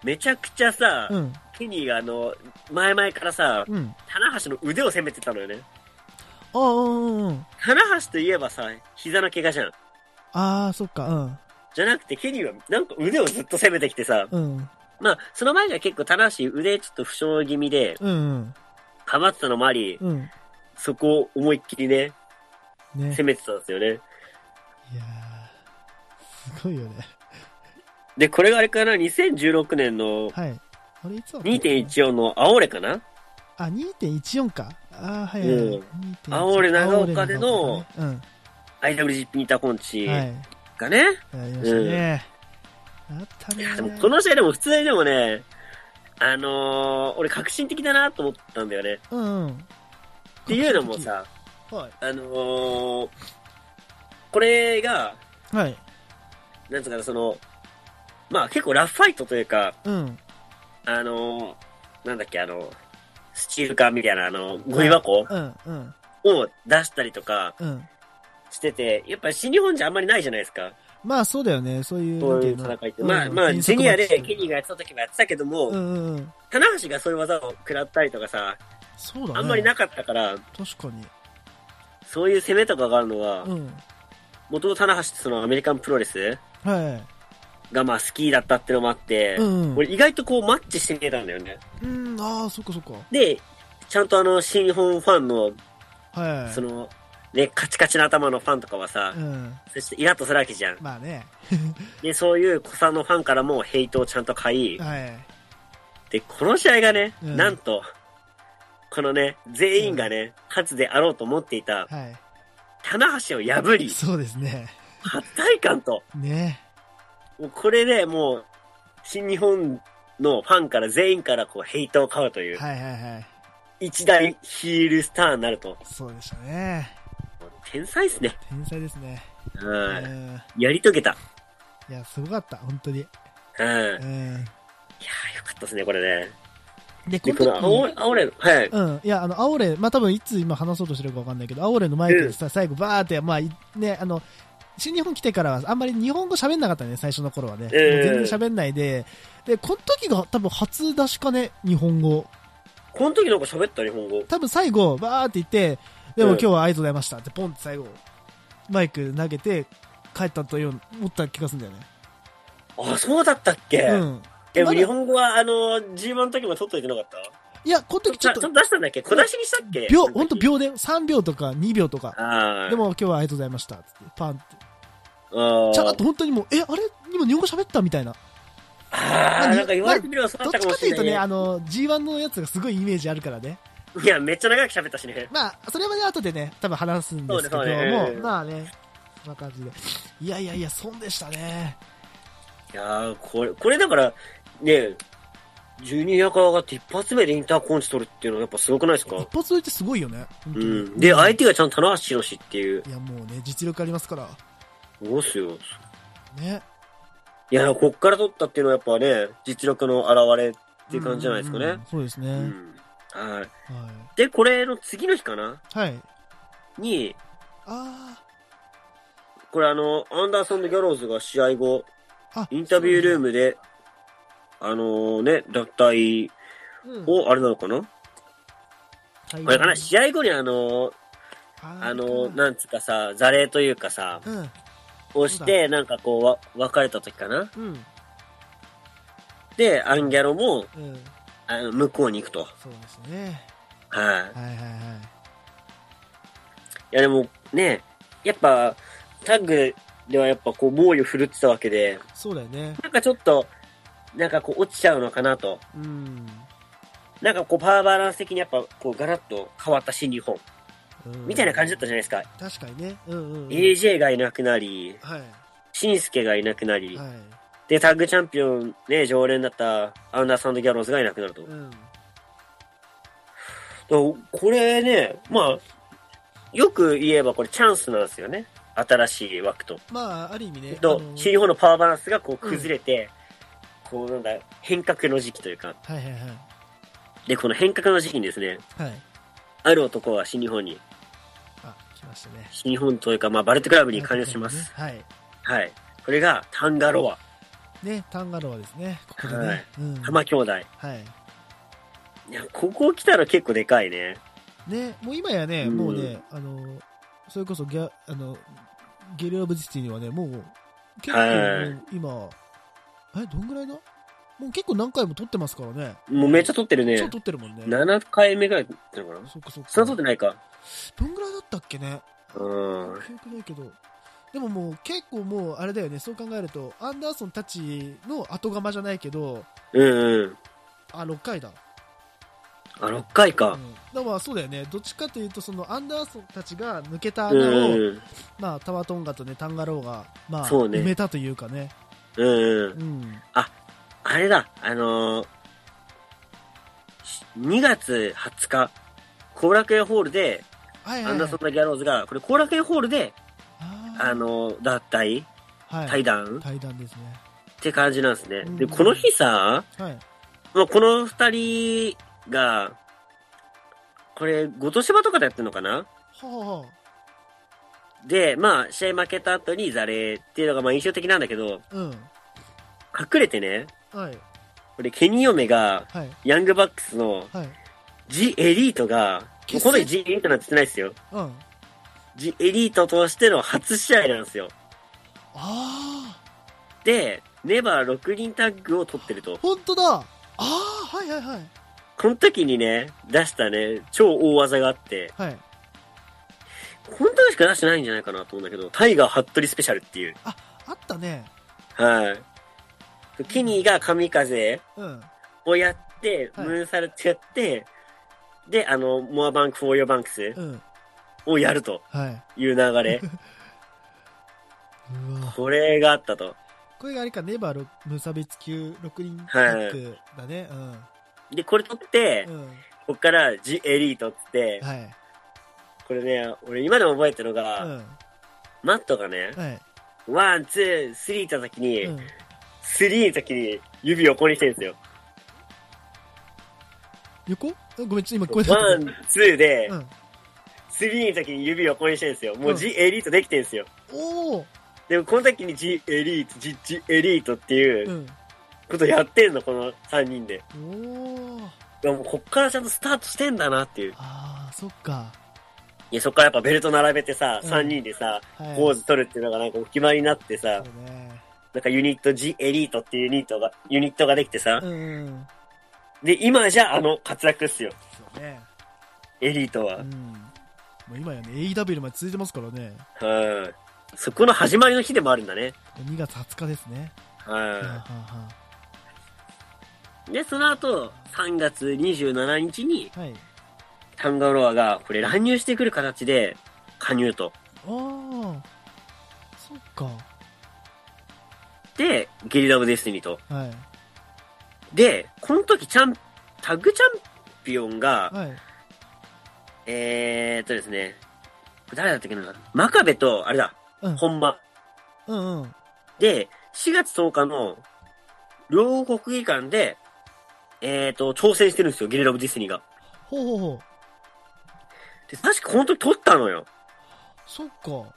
Speaker 3: めちゃくちゃさ、
Speaker 2: うん。
Speaker 3: ケニーがあの、前々からさ、
Speaker 2: うん。
Speaker 3: 棚橋の腕を攻めてたのよね。
Speaker 2: ああ、うんうんうん。
Speaker 3: 棚橋といえばさ、膝の怪我じゃん。
Speaker 2: ああ、そっか、
Speaker 3: じゃなくて、ケニーはなんか腕をずっと攻めてきてさ、
Speaker 2: うん。うん。
Speaker 3: まあ、その前には結構棚橋腕ちょっと負傷気味で、
Speaker 2: うんうん。
Speaker 3: かまってたのもあり、
Speaker 2: うん。
Speaker 3: そこを思いっきりね、
Speaker 2: ね。
Speaker 3: 攻めてたんですよね。
Speaker 2: いやーすごいよね。
Speaker 3: で、これがあれかな、2016年の
Speaker 2: はい。あれ、いつだったの
Speaker 3: 2.14の青レかな
Speaker 2: あ、2.14か。あーはいはいはい。
Speaker 3: うん
Speaker 2: 2.14
Speaker 3: 青俺長岡での、
Speaker 2: 青俺長岡ね
Speaker 3: IWGP インターコン
Speaker 2: う
Speaker 3: チ
Speaker 2: ん。はい。
Speaker 3: がね、
Speaker 2: やりましたね。あった
Speaker 3: い
Speaker 2: ね
Speaker 3: や、でもこの試合でも普通にでもね、あのー、俺革新的だなと思ったんだよね。
Speaker 2: うんうん。
Speaker 3: っていうのもさ、
Speaker 2: は
Speaker 3: あのー、これが、
Speaker 2: い。はい。
Speaker 3: なんつうかな、その、まあ結構ラフファイトというか、
Speaker 2: うん。
Speaker 3: あのー、なんだっけ、あの、スチールカーみたいな、あの、ゴミ箱
Speaker 2: うん、うん、
Speaker 3: を出したりとか
Speaker 2: うん。
Speaker 3: してて、やっぱ新日本じゃあんまりないじゃないですか。
Speaker 2: まあ、そうだよね。そういう。
Speaker 3: そういう
Speaker 2: なん
Speaker 3: 戦いって。
Speaker 2: うん
Speaker 3: まあ、まあ、
Speaker 2: 変
Speaker 3: ジュ
Speaker 2: 則
Speaker 3: ニアで
Speaker 2: マッチ
Speaker 3: ケニーがやってた時もやってたけども、
Speaker 2: うんうんうん。
Speaker 3: 棚橋がそういう技を食らったりとかさ、
Speaker 2: そうだね。
Speaker 3: あんまりなかったから、
Speaker 2: 確かに。
Speaker 3: そういう攻めとかがあるのは、
Speaker 2: うん。
Speaker 3: 元々棚橋ってそのアメリカンプロレス
Speaker 2: は
Speaker 3: がまあ好きだったってのもあって、
Speaker 2: い。うん。
Speaker 3: 俺意外とこうマッチして見えたんだよね。
Speaker 2: うん、ああ、そっかそっか。
Speaker 3: で、ちゃんとあの、新日本ファンの、
Speaker 2: はい。
Speaker 3: その、ね、カチカチの頭のファンとかはさ、
Speaker 2: うん。
Speaker 3: そしてイラッとするわけじゃん。
Speaker 2: まあね。
Speaker 3: で、そういう子さんのファンからもヘイトをちゃんと買い、
Speaker 2: はい。
Speaker 3: で、この試合がね、
Speaker 2: うん
Speaker 3: なんと、このね、全員がね、勝つであろうと思ってい
Speaker 2: は
Speaker 3: た、棚橋を破
Speaker 2: い。
Speaker 3: り、
Speaker 2: そうですね。
Speaker 3: 初体感と、
Speaker 2: ね。
Speaker 3: もうこれでもう、新日本のファンから全員からこうヘイトを買うという、
Speaker 2: はいはいはい。
Speaker 3: 一大ヒールスターになると、も
Speaker 2: そうでしたね。
Speaker 3: う天才っすね。
Speaker 2: 天才ですね。う
Speaker 3: うん。
Speaker 2: ん。
Speaker 3: やり遂げた。
Speaker 2: いや、すごかった、本当に。
Speaker 3: うん。いやー、よ
Speaker 2: うん。
Speaker 3: かったですね、これね。
Speaker 2: で、こ
Speaker 3: で、この青
Speaker 2: の
Speaker 3: れ、
Speaker 2: 時
Speaker 3: 青れ、はい。
Speaker 2: うん。いや、あの、アオレ、まあ、多分いつ今話そうとしてるかわかんないけど、アオレのマイクでさ、最後バーって、まあ、いね、あの、新日本来てからはあんまり日本語喋んなかったね、最初の頃はね。
Speaker 3: ええ
Speaker 2: 全然喋んないで。で、この時が多分初出しかね、日本語。
Speaker 3: この時なんか喋った日本語。
Speaker 2: 多分最後、バーって言って、でも
Speaker 3: うん
Speaker 2: 今日はありがとうございましたって、ポンって最後、マイク投げて、帰ったという思った気がするんだよね。
Speaker 3: あ、そうだったっけ、
Speaker 2: うん。
Speaker 3: で
Speaker 2: ま
Speaker 3: も
Speaker 2: だ
Speaker 3: 日本語は、あの、G1 の時も取っといてなかった
Speaker 2: いや、この時
Speaker 3: ち
Speaker 2: ちょ
Speaker 3: ょ
Speaker 2: っ
Speaker 3: ちょ
Speaker 2: と
Speaker 3: っ、と出したんだっけ小出しにしたっけ
Speaker 2: 秒、ほんと。
Speaker 3: その時
Speaker 2: 秒で、3秒とか2秒とか。
Speaker 3: ああ。
Speaker 2: で、も今日はありがとうございましたっつって、パンって。
Speaker 3: あ
Speaker 2: ちゃんと本当にもう、え、あれ今日本語喋ったみたいな。
Speaker 3: あ
Speaker 2: まあ
Speaker 3: ー、なんか言われてみればそうだ
Speaker 2: ど
Speaker 3: っ
Speaker 2: ったち
Speaker 3: か
Speaker 2: か
Speaker 3: も
Speaker 2: と
Speaker 3: し
Speaker 2: い
Speaker 3: れ
Speaker 2: う
Speaker 3: な
Speaker 2: と
Speaker 3: いね。
Speaker 2: ね、あの、G1 のやつがすごいイメージあるからね。
Speaker 3: いや、めっちゃ長く喋ったしね。
Speaker 2: まあ、それはね、後でね、多分話すんですけど
Speaker 3: そうねそうね
Speaker 2: も
Speaker 3: う
Speaker 2: う、
Speaker 3: ん
Speaker 2: まあね、そんな感じで。いやいやいや、損でしたね。
Speaker 3: いやー、これ、これだから、ね、ジュニア側が一発目でインターコンチ取るっていうのはやっぱすごくないですか
Speaker 2: 一発撮りってすごいよね。本当
Speaker 3: う
Speaker 2: に
Speaker 3: ん。で、相手がちゃんと棚橋宏っていう。
Speaker 2: いや、もうね、実力ありますから。
Speaker 3: どうすよ。
Speaker 2: ね。
Speaker 3: いや、こっから取ったっていうのはやっぱね、実力の表れっていう感じじゃないですか
Speaker 2: うんう
Speaker 3: ね
Speaker 2: んうん。そうですね。
Speaker 3: うん。はい。
Speaker 2: は。
Speaker 3: で、これの次の日かない
Speaker 2: はい。
Speaker 3: に、
Speaker 2: あ
Speaker 3: これあの、アンダーソン・ギャローズが試合後
Speaker 2: ーあ。
Speaker 3: インタビュールームで、あのね、脱退
Speaker 2: うん
Speaker 3: を、あれなのかな、これかな試合後にあのあの
Speaker 2: な、
Speaker 3: なんつうかさ、座礼というかさ、
Speaker 2: うん、
Speaker 3: をして、なんかこう、わ別れた時かな
Speaker 2: うん、
Speaker 3: で、アンギャロも、
Speaker 2: うん、
Speaker 3: あの向こうに行くと。
Speaker 2: そうですね。
Speaker 3: はい。
Speaker 2: はいはいはい。
Speaker 3: いやでもね、やっぱタッグではやっぱこう猛威を振るってたわけで、
Speaker 2: そうだよね。
Speaker 3: なんかちょっと、なんかこう落ちちゃうのかなと。
Speaker 2: うん。
Speaker 3: なんかこうパワーバランス的にやっぱこうガラッと変わった新日本。
Speaker 2: うん
Speaker 3: みたいな感じだったじゃないですか。
Speaker 2: 確かにね。うんうんうん。
Speaker 3: AJ がいなくなり、
Speaker 2: はい。
Speaker 3: シンスケがいなくなり、
Speaker 2: はい。
Speaker 3: で、タッグチャンピオンね、常連だったアンダーサンド・ギャローズがいなくなると。だか
Speaker 2: うん。
Speaker 3: らこれね、まあ、よく言えばこれチャンスなんですよね。新しい枠と。
Speaker 2: まあ、ある意味ね。あ
Speaker 3: の
Speaker 2: の
Speaker 3: 新日本のパワーバランスがこう崩れて、こうなんだ、変革の時期というか、
Speaker 2: はいはいはい。
Speaker 3: で、この変革の時期にですね、
Speaker 2: はい。
Speaker 3: ある男は新日本に、
Speaker 2: あ、来ましたね。
Speaker 3: 新日本というか、まあ、バレットクラブに加入します。
Speaker 2: はい。
Speaker 3: はい。これが、タンガロア、
Speaker 2: ね、タンガロアですね。ここで
Speaker 3: は
Speaker 2: ね
Speaker 3: い。
Speaker 2: うん。
Speaker 3: 浜兄弟。
Speaker 2: はい。
Speaker 3: いや、ここ来たら結構でかいね。
Speaker 2: ね、もう今やね、
Speaker 3: うん
Speaker 2: もうね、あの、それこそギャ、あの、ゲリラ・オブ・ジスティにはね、もう、結構
Speaker 3: は
Speaker 2: も
Speaker 3: い
Speaker 2: う今、え、どんぐらいだもう結構何回も撮ってますからね。
Speaker 3: もうめっちゃ取ってる
Speaker 2: 超
Speaker 3: ね。
Speaker 2: 撮ってるもんね。
Speaker 3: 7回目ぐらい取ってるのかな
Speaker 2: そっかそっか。
Speaker 3: そんな取ってないか。
Speaker 2: どんぐらいだったっけね
Speaker 3: うん。
Speaker 2: 記憶ないけど。でももう結構もうあれだよね、そう考えると、アンダーソンたちの後釜じゃないけど、
Speaker 3: うんうん。
Speaker 2: あ、6回だ。
Speaker 3: あ、6回
Speaker 2: うん、
Speaker 3: か。
Speaker 2: だからまあそうだよね、どっちかというと、そのアンダーソンたちが抜けた
Speaker 3: うん
Speaker 2: 穴を、
Speaker 3: うん。
Speaker 2: まあ、タワトンガとね、タンガローが、まあ、
Speaker 3: そうね
Speaker 2: 埋めたというかね。
Speaker 3: うんうん
Speaker 2: う。ん。
Speaker 3: あれだ、あのー、し2月20日、後楽園ホールで、
Speaker 2: はい
Speaker 3: ア
Speaker 2: はい、
Speaker 3: ン
Speaker 2: は
Speaker 3: ダ
Speaker 2: い
Speaker 3: ーソン。のギャローズが、これ後楽園ホールで、
Speaker 2: あー
Speaker 3: あ、のー、脱退
Speaker 2: はい、
Speaker 3: 対
Speaker 2: 対
Speaker 3: 談っ
Speaker 2: 談ですね。
Speaker 3: て感じなんですね
Speaker 2: う。ん
Speaker 3: で、この日さ、
Speaker 2: はい。
Speaker 3: まあこの二人が、これ、ごとしばとかでやってんのかな
Speaker 2: ほうほ
Speaker 3: で、まあ、試合負けた後にザレっていうのがまあ印象的なんだけど、
Speaker 2: う。うん。
Speaker 3: 隠れてね、
Speaker 2: はい。
Speaker 3: これ、ケニー嫁が、
Speaker 2: はい。
Speaker 3: ヤングバックスの
Speaker 2: はい。
Speaker 3: ジ・エリートが、もうこの時 G エリートなんて言ってないですよ。
Speaker 2: うん。
Speaker 3: ジエリートとしての初試合なんですよ。
Speaker 2: ああ
Speaker 3: で、ネバー6人タッグを取ってると
Speaker 2: ー、。本当だ。ああー、はいはいはい。
Speaker 3: この時にね、出したね、超大技があって、
Speaker 2: はい。
Speaker 3: この時しか出してないんじゃないかなと思うんだけど、タイガーハットリスペシャルっていう。
Speaker 2: あったね。
Speaker 3: はい。ケニーが神風
Speaker 2: うん。
Speaker 3: をやって、
Speaker 2: はい
Speaker 3: ムーンサルトやって、で、あの、モアバンク、フォーヨーバンクス
Speaker 2: うん。
Speaker 3: をやると
Speaker 2: はい。
Speaker 3: いう流 れ。
Speaker 2: うわ
Speaker 3: これがあったと。
Speaker 2: これがあれか、ネバー無差別級6人タ
Speaker 3: はい
Speaker 2: ッグだね。
Speaker 3: で、これ取って
Speaker 2: う、ん。うん。
Speaker 3: こっからジエリートっつって、
Speaker 2: はい。
Speaker 3: これね、俺今でも覚えてるのが、
Speaker 2: う
Speaker 3: マットがね
Speaker 2: ん。、はい。
Speaker 3: ワン、ツー、スリーって時に、
Speaker 2: うん。
Speaker 3: スリーの時に指を横にしてるんですよ。
Speaker 2: 横うんごめん、ちょっと今聞こえなかっ
Speaker 3: ワン、ツーで、
Speaker 2: た。うん。
Speaker 3: スリーの時に指を横にしてるんですよ。も
Speaker 2: うん
Speaker 3: う G エリートできてるんですよ。
Speaker 2: おお。。
Speaker 3: でもこの時に G エリート、G, G エリートっていううんことやってんの、この3人で。
Speaker 2: おお。
Speaker 3: でもこっからちゃんとスタートしてんだなっていう。
Speaker 2: ああ、そっか。
Speaker 3: いや、そっからやっぱベルト並べてさ、
Speaker 2: うん
Speaker 3: 3人でさ、
Speaker 2: はい。
Speaker 3: ポーズ取るっていうのがなんかお決まりになって
Speaker 2: そ
Speaker 3: さ、
Speaker 2: うね。
Speaker 3: なんかユニット G エリートっていうユニットが、ユニットができてさ
Speaker 2: う、んうん。
Speaker 3: で、今じゃあの活躍っすよ、
Speaker 2: そうね。
Speaker 3: エリート
Speaker 2: う
Speaker 3: は
Speaker 2: ん。。もう今やね、AEW まで続いてますからね。
Speaker 3: はい。そこの始まりの日でもあるんだね。
Speaker 2: 2月20日ですね。はあはあ
Speaker 3: は。
Speaker 2: はい
Speaker 3: で、その後、3月27日に、
Speaker 2: あはい。
Speaker 3: タンガロアが、これ乱入してくる形で、加入と。
Speaker 2: ああ。そっか。
Speaker 3: で、ゲリラ・オブ・デスティニーと。
Speaker 2: はい。
Speaker 3: で、この時、チャン、タッグチャンピオンが、
Speaker 2: はい。
Speaker 3: えーっとですね、これ誰だったっけな真壁と、あれだ、
Speaker 2: うん。
Speaker 3: 本間。
Speaker 2: うんうん。
Speaker 3: で、4月10日の、両国技館で、えーっと、挑戦してるんですよ、ゲリラ・オブ・ディスニーが。
Speaker 2: ほうほうほう。
Speaker 3: で、確かこの時取ったのよ。
Speaker 2: そっか。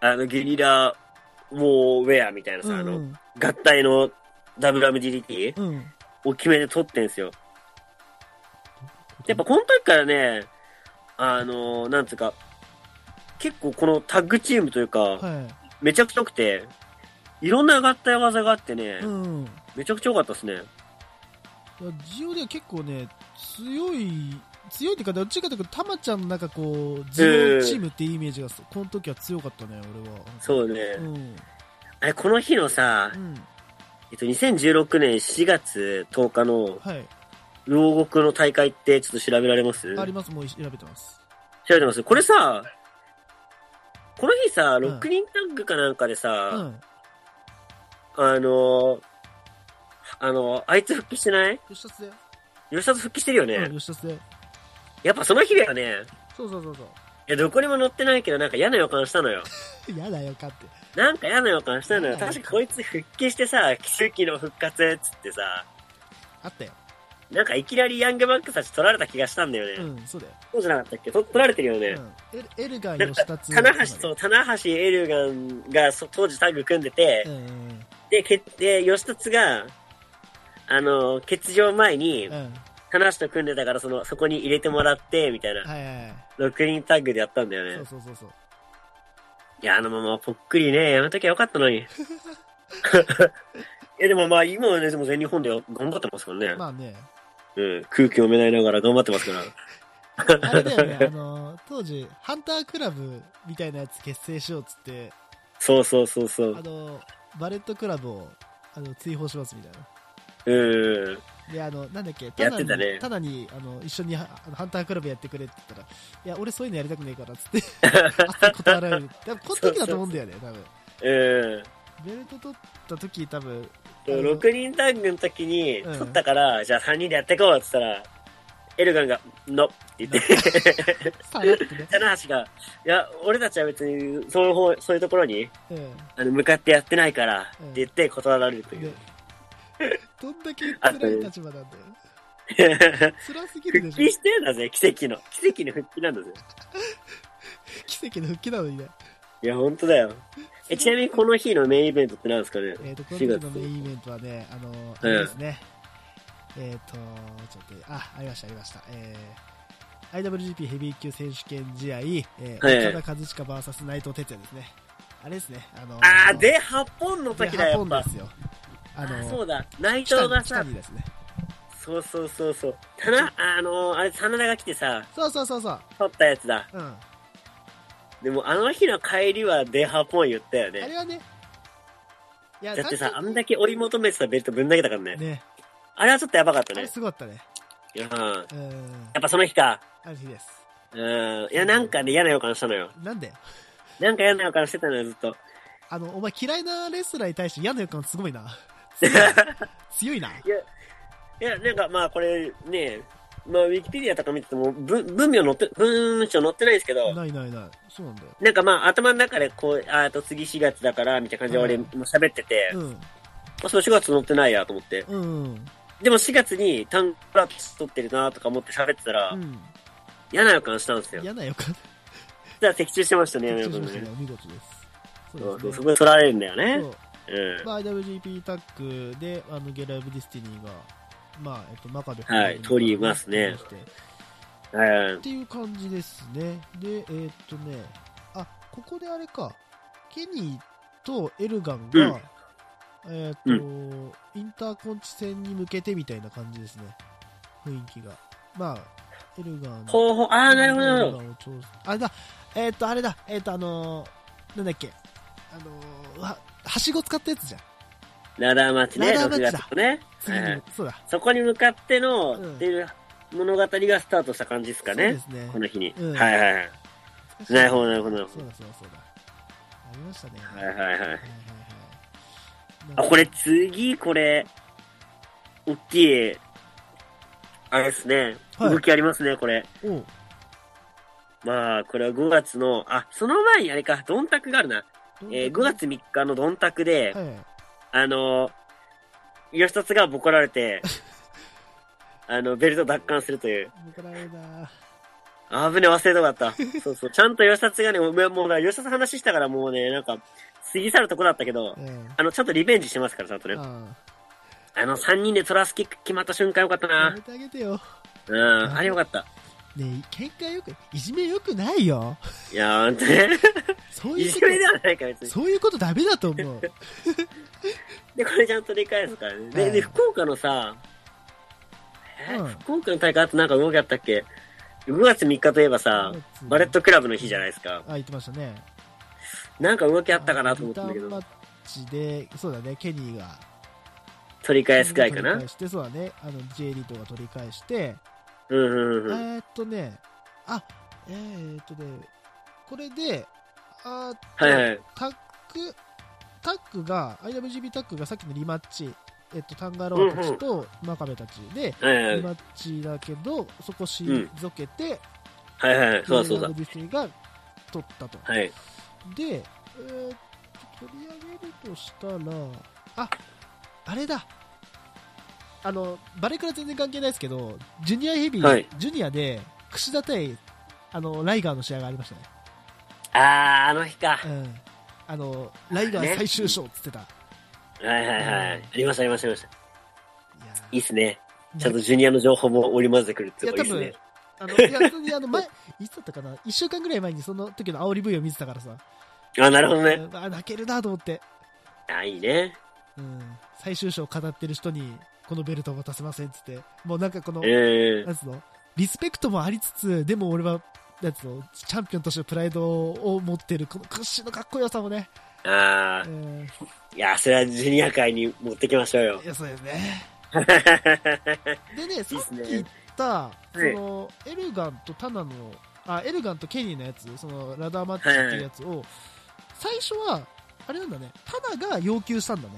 Speaker 3: あの、ゲリラ、ウォーウェアみたいなさ、
Speaker 2: うん
Speaker 3: あ
Speaker 2: う
Speaker 3: の、
Speaker 2: ん。
Speaker 3: 合体の WWDDT
Speaker 2: うん。
Speaker 3: を決めて取ってんすよ。やっぱこの時からね、あのーなんつうか、結構このタッグチームというか、
Speaker 2: は
Speaker 3: めちゃくちゃ良くて、いろんな合体技があってね、
Speaker 2: い。うん。
Speaker 3: めちゃくちゃ良かったですね。
Speaker 2: ジオでは結構ね、強い、強いっていうか、どっちかというと、たまちゃんのなんかこう、ジオチームっていうイメージが、この時は強かったね、俺は。
Speaker 3: そうね。
Speaker 2: うん。
Speaker 3: あれ、この日のさ
Speaker 2: う、ん。
Speaker 3: えっと、2016年4月10日の、
Speaker 2: はい。
Speaker 3: 両国の大会ってちょっと調べられます
Speaker 2: あります、もう調べてます。
Speaker 3: 調べてますこれさ、この日さ、
Speaker 2: ん
Speaker 3: 6人タッグかなんかで
Speaker 2: う
Speaker 3: さ、
Speaker 2: ん。
Speaker 3: あのー、あのー、あいつ復帰してない
Speaker 2: 吉田で。
Speaker 3: 吉田復帰してるよね、
Speaker 2: うん、吉田で。
Speaker 3: やっぱその日だよね。
Speaker 2: そうそうそうそ
Speaker 3: いや、どこにも載ってないけど、なんか嫌な予感したのよ。
Speaker 2: う。嫌だよ、かって。
Speaker 3: なんか嫌な予感したのよ。
Speaker 2: 嫌な予感
Speaker 3: 確かこいつ復帰してさ、奇跡の復活っつってさ、
Speaker 2: あったよ。
Speaker 3: なんかいきなりヤングマックたち取られた気がしたんだよね。
Speaker 2: うん、そうだよ。
Speaker 3: そうじゃなかったっけと取られてるよね。
Speaker 2: うん。エルエルガン、
Speaker 3: なん
Speaker 2: 吉田
Speaker 3: か
Speaker 2: つ。
Speaker 3: 棚橋と、棚橋エルガンがそ当時タッグ組んでて
Speaker 2: う、ん。うん。
Speaker 3: で、けで、吉達が、あの、欠場前に
Speaker 2: う、ん。
Speaker 3: 棚橋と組んでたから、その、そこに入れてもらって、みたいな、
Speaker 2: はいはいはい。
Speaker 3: 6人タッグでやったんだよ
Speaker 2: そう
Speaker 3: ね。
Speaker 2: そうそうそう。
Speaker 3: いや、あのままぽっくりね、やめときゃよかったの に。いや、でもまあ、今はね、でも全日本では頑張ってますからね。
Speaker 2: まあね。
Speaker 3: うん、空気読めないながら頑張ってますから。
Speaker 2: あれだよね、あの、当時、ハンタークラブみたいなやつ結成しようっつって、
Speaker 3: そうそうそうそ
Speaker 2: あ
Speaker 3: う。
Speaker 2: の、バレットクラブを、あの、追放しますみたいな。
Speaker 3: うん。
Speaker 2: で、あの、なんだっけ、
Speaker 3: や
Speaker 2: た
Speaker 3: っ
Speaker 2: だ
Speaker 3: て
Speaker 2: に、
Speaker 3: たね
Speaker 2: ただに、あの、一緒にハあのハンタークラブやってくれって言ったら、いや、俺そういうのやりたくねえからっつって、あっ断られる。でも、この時だと思うんだよね、多分。
Speaker 3: うん。
Speaker 2: ベルト取った時、多分、あの
Speaker 3: 6人タッグの時に
Speaker 2: うん
Speaker 3: 取ったから、じゃあ3人でやってこうって言ったら、エルガンが、のって言って、
Speaker 2: さらって ね。
Speaker 3: 棚橋が、いや、俺たちは別に、そういう方、そういうところに、
Speaker 2: うん。
Speaker 3: あの、向かってやってないから、って
Speaker 2: うん
Speaker 3: 言って断られるとい
Speaker 2: で
Speaker 3: う。
Speaker 2: どんだけ辛い立場なんだよ。辛すぎるで
Speaker 3: 復
Speaker 2: しょ
Speaker 3: 帰。してんだぜ、奇跡の。奇跡の復帰なんだぜ。
Speaker 2: 奇跡の復帰なのにね。
Speaker 3: いや、本当だよ。え、ちなみにこの日のメインイベントって何ですかね
Speaker 2: えっ、と、この
Speaker 3: ?4
Speaker 2: 時のメインイ
Speaker 3: 月。
Speaker 2: ベントはね、あの、あれですね。えっ、と、ちょっと待って、あ、ありました、ありました。えー IWGP ヘビー級選手権試合、えー
Speaker 3: はい
Speaker 2: 岡田和親 VS 内藤哲也ですね。あれですね、あの
Speaker 3: あー、で、8本の
Speaker 2: で
Speaker 3: 時だ、
Speaker 2: ハ
Speaker 3: や
Speaker 2: ポ
Speaker 3: っ
Speaker 2: ン
Speaker 3: ぱ
Speaker 2: で。すよ。あ
Speaker 3: あ
Speaker 2: の、
Speaker 3: そうだ、内
Speaker 2: 北
Speaker 3: 藤
Speaker 2: に
Speaker 3: が
Speaker 2: 北
Speaker 3: さ、
Speaker 2: にですね。
Speaker 3: そうそうそうそう。棚、あのー、あれ、真田が来てさ、
Speaker 2: そうそうそうそう。
Speaker 3: 取ったやつだ。
Speaker 2: うん。あ
Speaker 3: でもあの日の帰りはデハポン言ったよ
Speaker 2: れ
Speaker 3: ね。
Speaker 2: はね、いや
Speaker 3: だってさ、あ
Speaker 2: 単
Speaker 3: ん
Speaker 2: 純
Speaker 3: だけ追い求めてたベルトぶん投げたからね。
Speaker 2: にね、
Speaker 3: あれはちょっとやばかった
Speaker 2: あれ
Speaker 3: ね。
Speaker 2: すごかったね。
Speaker 3: うん。や
Speaker 2: うん。
Speaker 3: っぱその日か。
Speaker 2: ある日です。
Speaker 3: うん。いや、なんかね、嫌な予感したのよ。
Speaker 2: なんだよ。
Speaker 3: なんか嫌な予感してたのよ、ずっと。
Speaker 2: あの、お前嫌いなレスラーに対して嫌な予感すごいな。 強いな。
Speaker 3: いや、いや、なんかまあこれね、まあウィキペディアとか見てても、文文明載って、文章載ってないですけど、
Speaker 2: ないないない。そうなんだよ。
Speaker 3: なんかまあ頭の中でこう、ああと次4月だから、みたいな感じで俺
Speaker 2: うん
Speaker 3: も喋ってて、
Speaker 2: う
Speaker 3: ま
Speaker 2: ん。
Speaker 3: あそう4月載ってないやと思って。
Speaker 2: うん。うん。
Speaker 3: でも4月にタンクラピス撮ってるなとか思って喋ってたら、
Speaker 2: うん
Speaker 3: 嫌な予感したんですよ。
Speaker 2: 嫌な予感。
Speaker 3: じゃあ的中してましたね、嫌な
Speaker 2: 的
Speaker 3: 予
Speaker 2: 中しま
Speaker 3: 感
Speaker 2: したねお
Speaker 3: ね。。
Speaker 2: 見事です。
Speaker 3: そう
Speaker 2: で
Speaker 3: そう
Speaker 2: す
Speaker 3: そ
Speaker 2: ね
Speaker 3: こで取られるんだよ
Speaker 2: そ
Speaker 3: ね。
Speaker 2: う
Speaker 3: うん。
Speaker 2: まあ、IWGP タッグで、あの、ゲライブディスティニーが、まあ、えっと、真壁
Speaker 3: はい取りますね
Speaker 2: 取りまして
Speaker 3: うん
Speaker 2: っ。ていう感じですね。で、えーっとね、あ、ここであれか、ケニーとエルガンが、
Speaker 3: うん
Speaker 2: えーっと、インターコンチ戦に向けてみたいな感じですね。雰囲気が。まあ、エルガン。
Speaker 3: ほうほう、ああ、なるほど、なるほど。
Speaker 2: ど。あれだ、えーっと、あれだ、えーっと、あのーなんだっけ、あのーは、はしご使ったやつじゃん。
Speaker 3: ラダーマッチね、
Speaker 2: ラダーマ
Speaker 3: 6
Speaker 2: ッチだ
Speaker 3: 月のね。
Speaker 2: 次に、
Speaker 3: はい
Speaker 2: そうだ。
Speaker 3: そこに向かっての、
Speaker 2: うん
Speaker 3: っていう物語がスタートした感じですかね。
Speaker 2: そうですね
Speaker 3: この日に。
Speaker 2: うん
Speaker 3: はいはいはい。なるほどなるほどなるほ
Speaker 2: そ
Speaker 3: ど
Speaker 2: うだ、そうだ、そうだ。ありましたね。
Speaker 3: はい
Speaker 2: は
Speaker 3: はいいはい。
Speaker 2: はい
Speaker 3: あ、これ次、これ、大きい、あれですね。
Speaker 2: はい
Speaker 3: 動きありますね、これ。
Speaker 2: おう
Speaker 3: まあ、これは5月の、あ、その前にあれか、ドンタクがあるな。えー5月3日のドンタクで、
Speaker 2: はい。
Speaker 3: あの、吉達がボコら れて、あの、ベルト奪還するという。
Speaker 2: 僕られな
Speaker 3: あぶね、忘れたかった。 そうそう。ちゃんと吉達がね、もう、もうな、吉達話したからもうね、なんか、過ぎ去るとこだったけど
Speaker 2: う、ん。
Speaker 3: あの、ちゃんとリベンジしてますから、ちゃんとね。
Speaker 2: あ
Speaker 3: あの、3人でトラスキック決まった瞬間よかった
Speaker 2: や
Speaker 3: な
Speaker 2: め。てあげてよ。
Speaker 3: うん、あれよかった。
Speaker 2: ねえ、喧嘩よく、いじめよくないよ。
Speaker 3: いやー、ほんとね。
Speaker 2: そう
Speaker 3: い
Speaker 2: いう
Speaker 3: じ
Speaker 2: こ
Speaker 3: めではないから、別
Speaker 2: と、
Speaker 3: に。
Speaker 2: そういうことダメだと 思う。
Speaker 3: で、これちゃんと理解すからね。
Speaker 2: う
Speaker 3: で、
Speaker 2: ん
Speaker 3: で福岡のさ、えー
Speaker 2: うん
Speaker 3: 福岡の大会あとなんか動きあったっけ ?5 月3日といえばさ、バレットクラブの日じゃないですか。
Speaker 2: あ、言ってましたね。
Speaker 3: なんか動きあったかなと思ったんだけ
Speaker 2: リターン
Speaker 3: ど、
Speaker 2: マッチで、そうだね、ケニーが。
Speaker 3: 取り返すくらいか
Speaker 2: 取り
Speaker 3: な
Speaker 2: 返。して、そうだね、あの、J リートが取り返して、
Speaker 3: うんうん
Speaker 2: え
Speaker 3: うん。
Speaker 2: ーっとね、あ、えーっとね、これで、あー
Speaker 3: はいはい。
Speaker 2: タック、タックが、IWGP タックがさっきのリマッチ、えっと、タンガローたちと真壁たちで、
Speaker 3: はいは
Speaker 2: リ
Speaker 3: い
Speaker 2: マ。ッチだけど、そこ退けて、
Speaker 3: はいはいはい。そうだそうだ。
Speaker 2: WBC が取ったと。
Speaker 3: はい。
Speaker 2: で、えーっと、取り上げるとしたら、あ、あれだ。あの、バレクラ全然関係ないですけど、ジュニアヘビー、
Speaker 3: はい
Speaker 2: ジュニアで、櫛田対、あの、ライガーの試合がありましたね。
Speaker 3: あー、あの日か。
Speaker 2: うん。あの、ライガー最終章っつってた。
Speaker 3: はいはいはい。ありましたありましたありました。
Speaker 2: いや
Speaker 3: いいっすね。
Speaker 2: ー
Speaker 3: ちゃんとジュニアの情報も織り交ぜてくるって
Speaker 2: い
Speaker 3: い
Speaker 2: や、
Speaker 3: うのが
Speaker 2: 多
Speaker 3: いいっ
Speaker 2: 分
Speaker 3: すね。、
Speaker 2: あの、いや、普通にあの、 前、いつだったかな ?1 週間ぐらい前にその時の煽り V を見てたからさ。
Speaker 3: あ、なるほどね。
Speaker 2: うんあ、泣けるなと思って。
Speaker 3: あ、いいね。
Speaker 2: うん。最終章を語ってる人に、このベルトを渡せませんっつって。もうなんかこの、
Speaker 3: うん。
Speaker 2: なんつうのリスペクトもありつつ、でも俺は、なんつうのチャンピオンとしてのプライドを持ってる、この屈指のかっこよさもね。
Speaker 3: あー
Speaker 2: う。ん。
Speaker 3: いや、それはジュニア界に持ってきましょうよ
Speaker 2: い。や、そうです ね。でね、さ
Speaker 3: すね
Speaker 2: っき言った、そ
Speaker 3: はい
Speaker 2: の、エルガンとタナの、あ、エルガンとケニーのやつ、その、ラダーマッチっていうやつを、最初は、あれなんだね、タナが要求したんだね。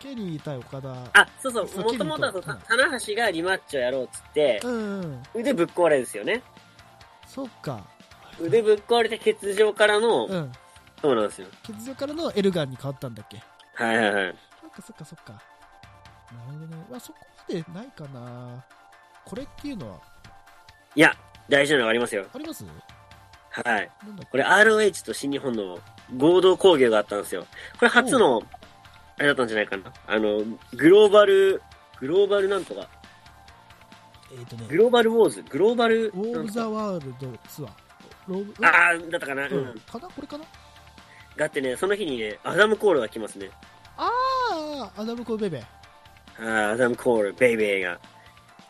Speaker 2: ケニー対岡田。
Speaker 3: あ、そうそう、
Speaker 2: そう
Speaker 3: もともとは
Speaker 2: ケニーと
Speaker 3: た棚橋がリマッチをやろうっつって
Speaker 2: う、ん、うん、
Speaker 3: 腕ぶっ壊れですよね。
Speaker 2: そっか。
Speaker 3: 腕ぶっ壊れて欠場からの、
Speaker 2: うん。
Speaker 3: そうなんですよ。
Speaker 2: 欠場からのエルガンに変わったんだっけ。
Speaker 3: はいはいはい。
Speaker 2: そっかそっかそっか。なるほどね。まあ、そこまでないかな。これっていうのは、
Speaker 3: いや、大事なのがありますよ。
Speaker 2: あります
Speaker 3: はい。
Speaker 2: なんだっ
Speaker 3: これ ROH と新日本の合同工業があったんですよ。これ初の、あれだったんじゃないかな。あの、グローバル、グローバルなんとか、
Speaker 2: けえっ、と
Speaker 3: グ
Speaker 2: ね、
Speaker 3: ローバルウォーズ、グローバル
Speaker 2: ウォー・
Speaker 3: な
Speaker 2: オ
Speaker 3: ん
Speaker 2: ブ・
Speaker 3: とか
Speaker 2: ザ・ワールドツアー。ローブ
Speaker 3: あー、だったかな。う
Speaker 2: うん
Speaker 3: ん。
Speaker 2: かなこれかな
Speaker 3: だってね、その日にね、アダム・コールが来ますね。
Speaker 2: ああ、アダムコベベ。
Speaker 3: あーアダム・コール、ベイベーが、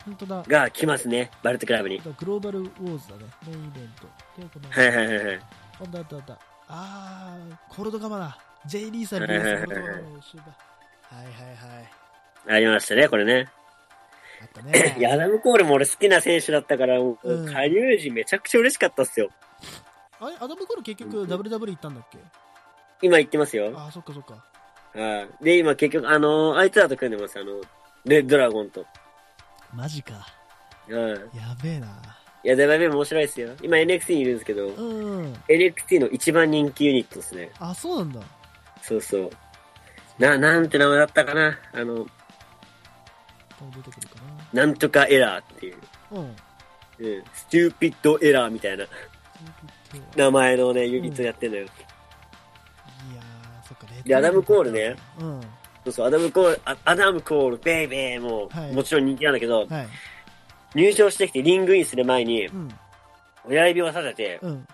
Speaker 2: 本当だ。
Speaker 3: が来ますね。バルトクラブに。
Speaker 2: グローバルウォーズだね。メインイベント。で、この、、
Speaker 3: はいいはいはいはい。
Speaker 2: あったあったあった。あー、コールドガマだ。J リーさん、リーさん、コールドガマの終盤。はいはいはい。
Speaker 3: ありましたね、これね。
Speaker 2: あったね。
Speaker 3: いや、アダム・コールも俺好きな選手だったから、もう
Speaker 2: うん
Speaker 3: 加入時めちゃくちゃ嬉しかったっすよ。
Speaker 2: あれ、アダムコール結局 WW 行ったんだっけ
Speaker 3: 今言ってますよ。
Speaker 2: あー、そっかそっか。
Speaker 3: はいで、今結局、あのーあいつらと組んでます、あの、レッドラゴンと。
Speaker 2: マジか。
Speaker 3: うん。
Speaker 2: やべえな。
Speaker 3: いや、だいぶ面白いですよ。今 NXT にいるんですけど、
Speaker 2: うん。
Speaker 3: NXT の一番人気ユニットですね。
Speaker 2: あ、そうなんだ。
Speaker 3: そうそう。な、なんて名前だったかなあ
Speaker 2: 多
Speaker 3: の、
Speaker 2: 分出てくるか
Speaker 3: なんとかエラーっていう。
Speaker 2: な。うん。
Speaker 3: うん。ステューピッドエラーみたいな
Speaker 2: いや
Speaker 3: 名前のね、ユニットやってんのよ。
Speaker 2: ー、そっか、レッド
Speaker 3: でアダムコールね。
Speaker 2: うん。は
Speaker 3: そうそう、アダムコール、あアダムコール、ベイベーも、
Speaker 2: はい
Speaker 3: もちろん人気なんだけど、
Speaker 2: い。
Speaker 3: 入場してきてリングインする前に
Speaker 2: う、ん。
Speaker 3: 親指を立てて、
Speaker 2: うん。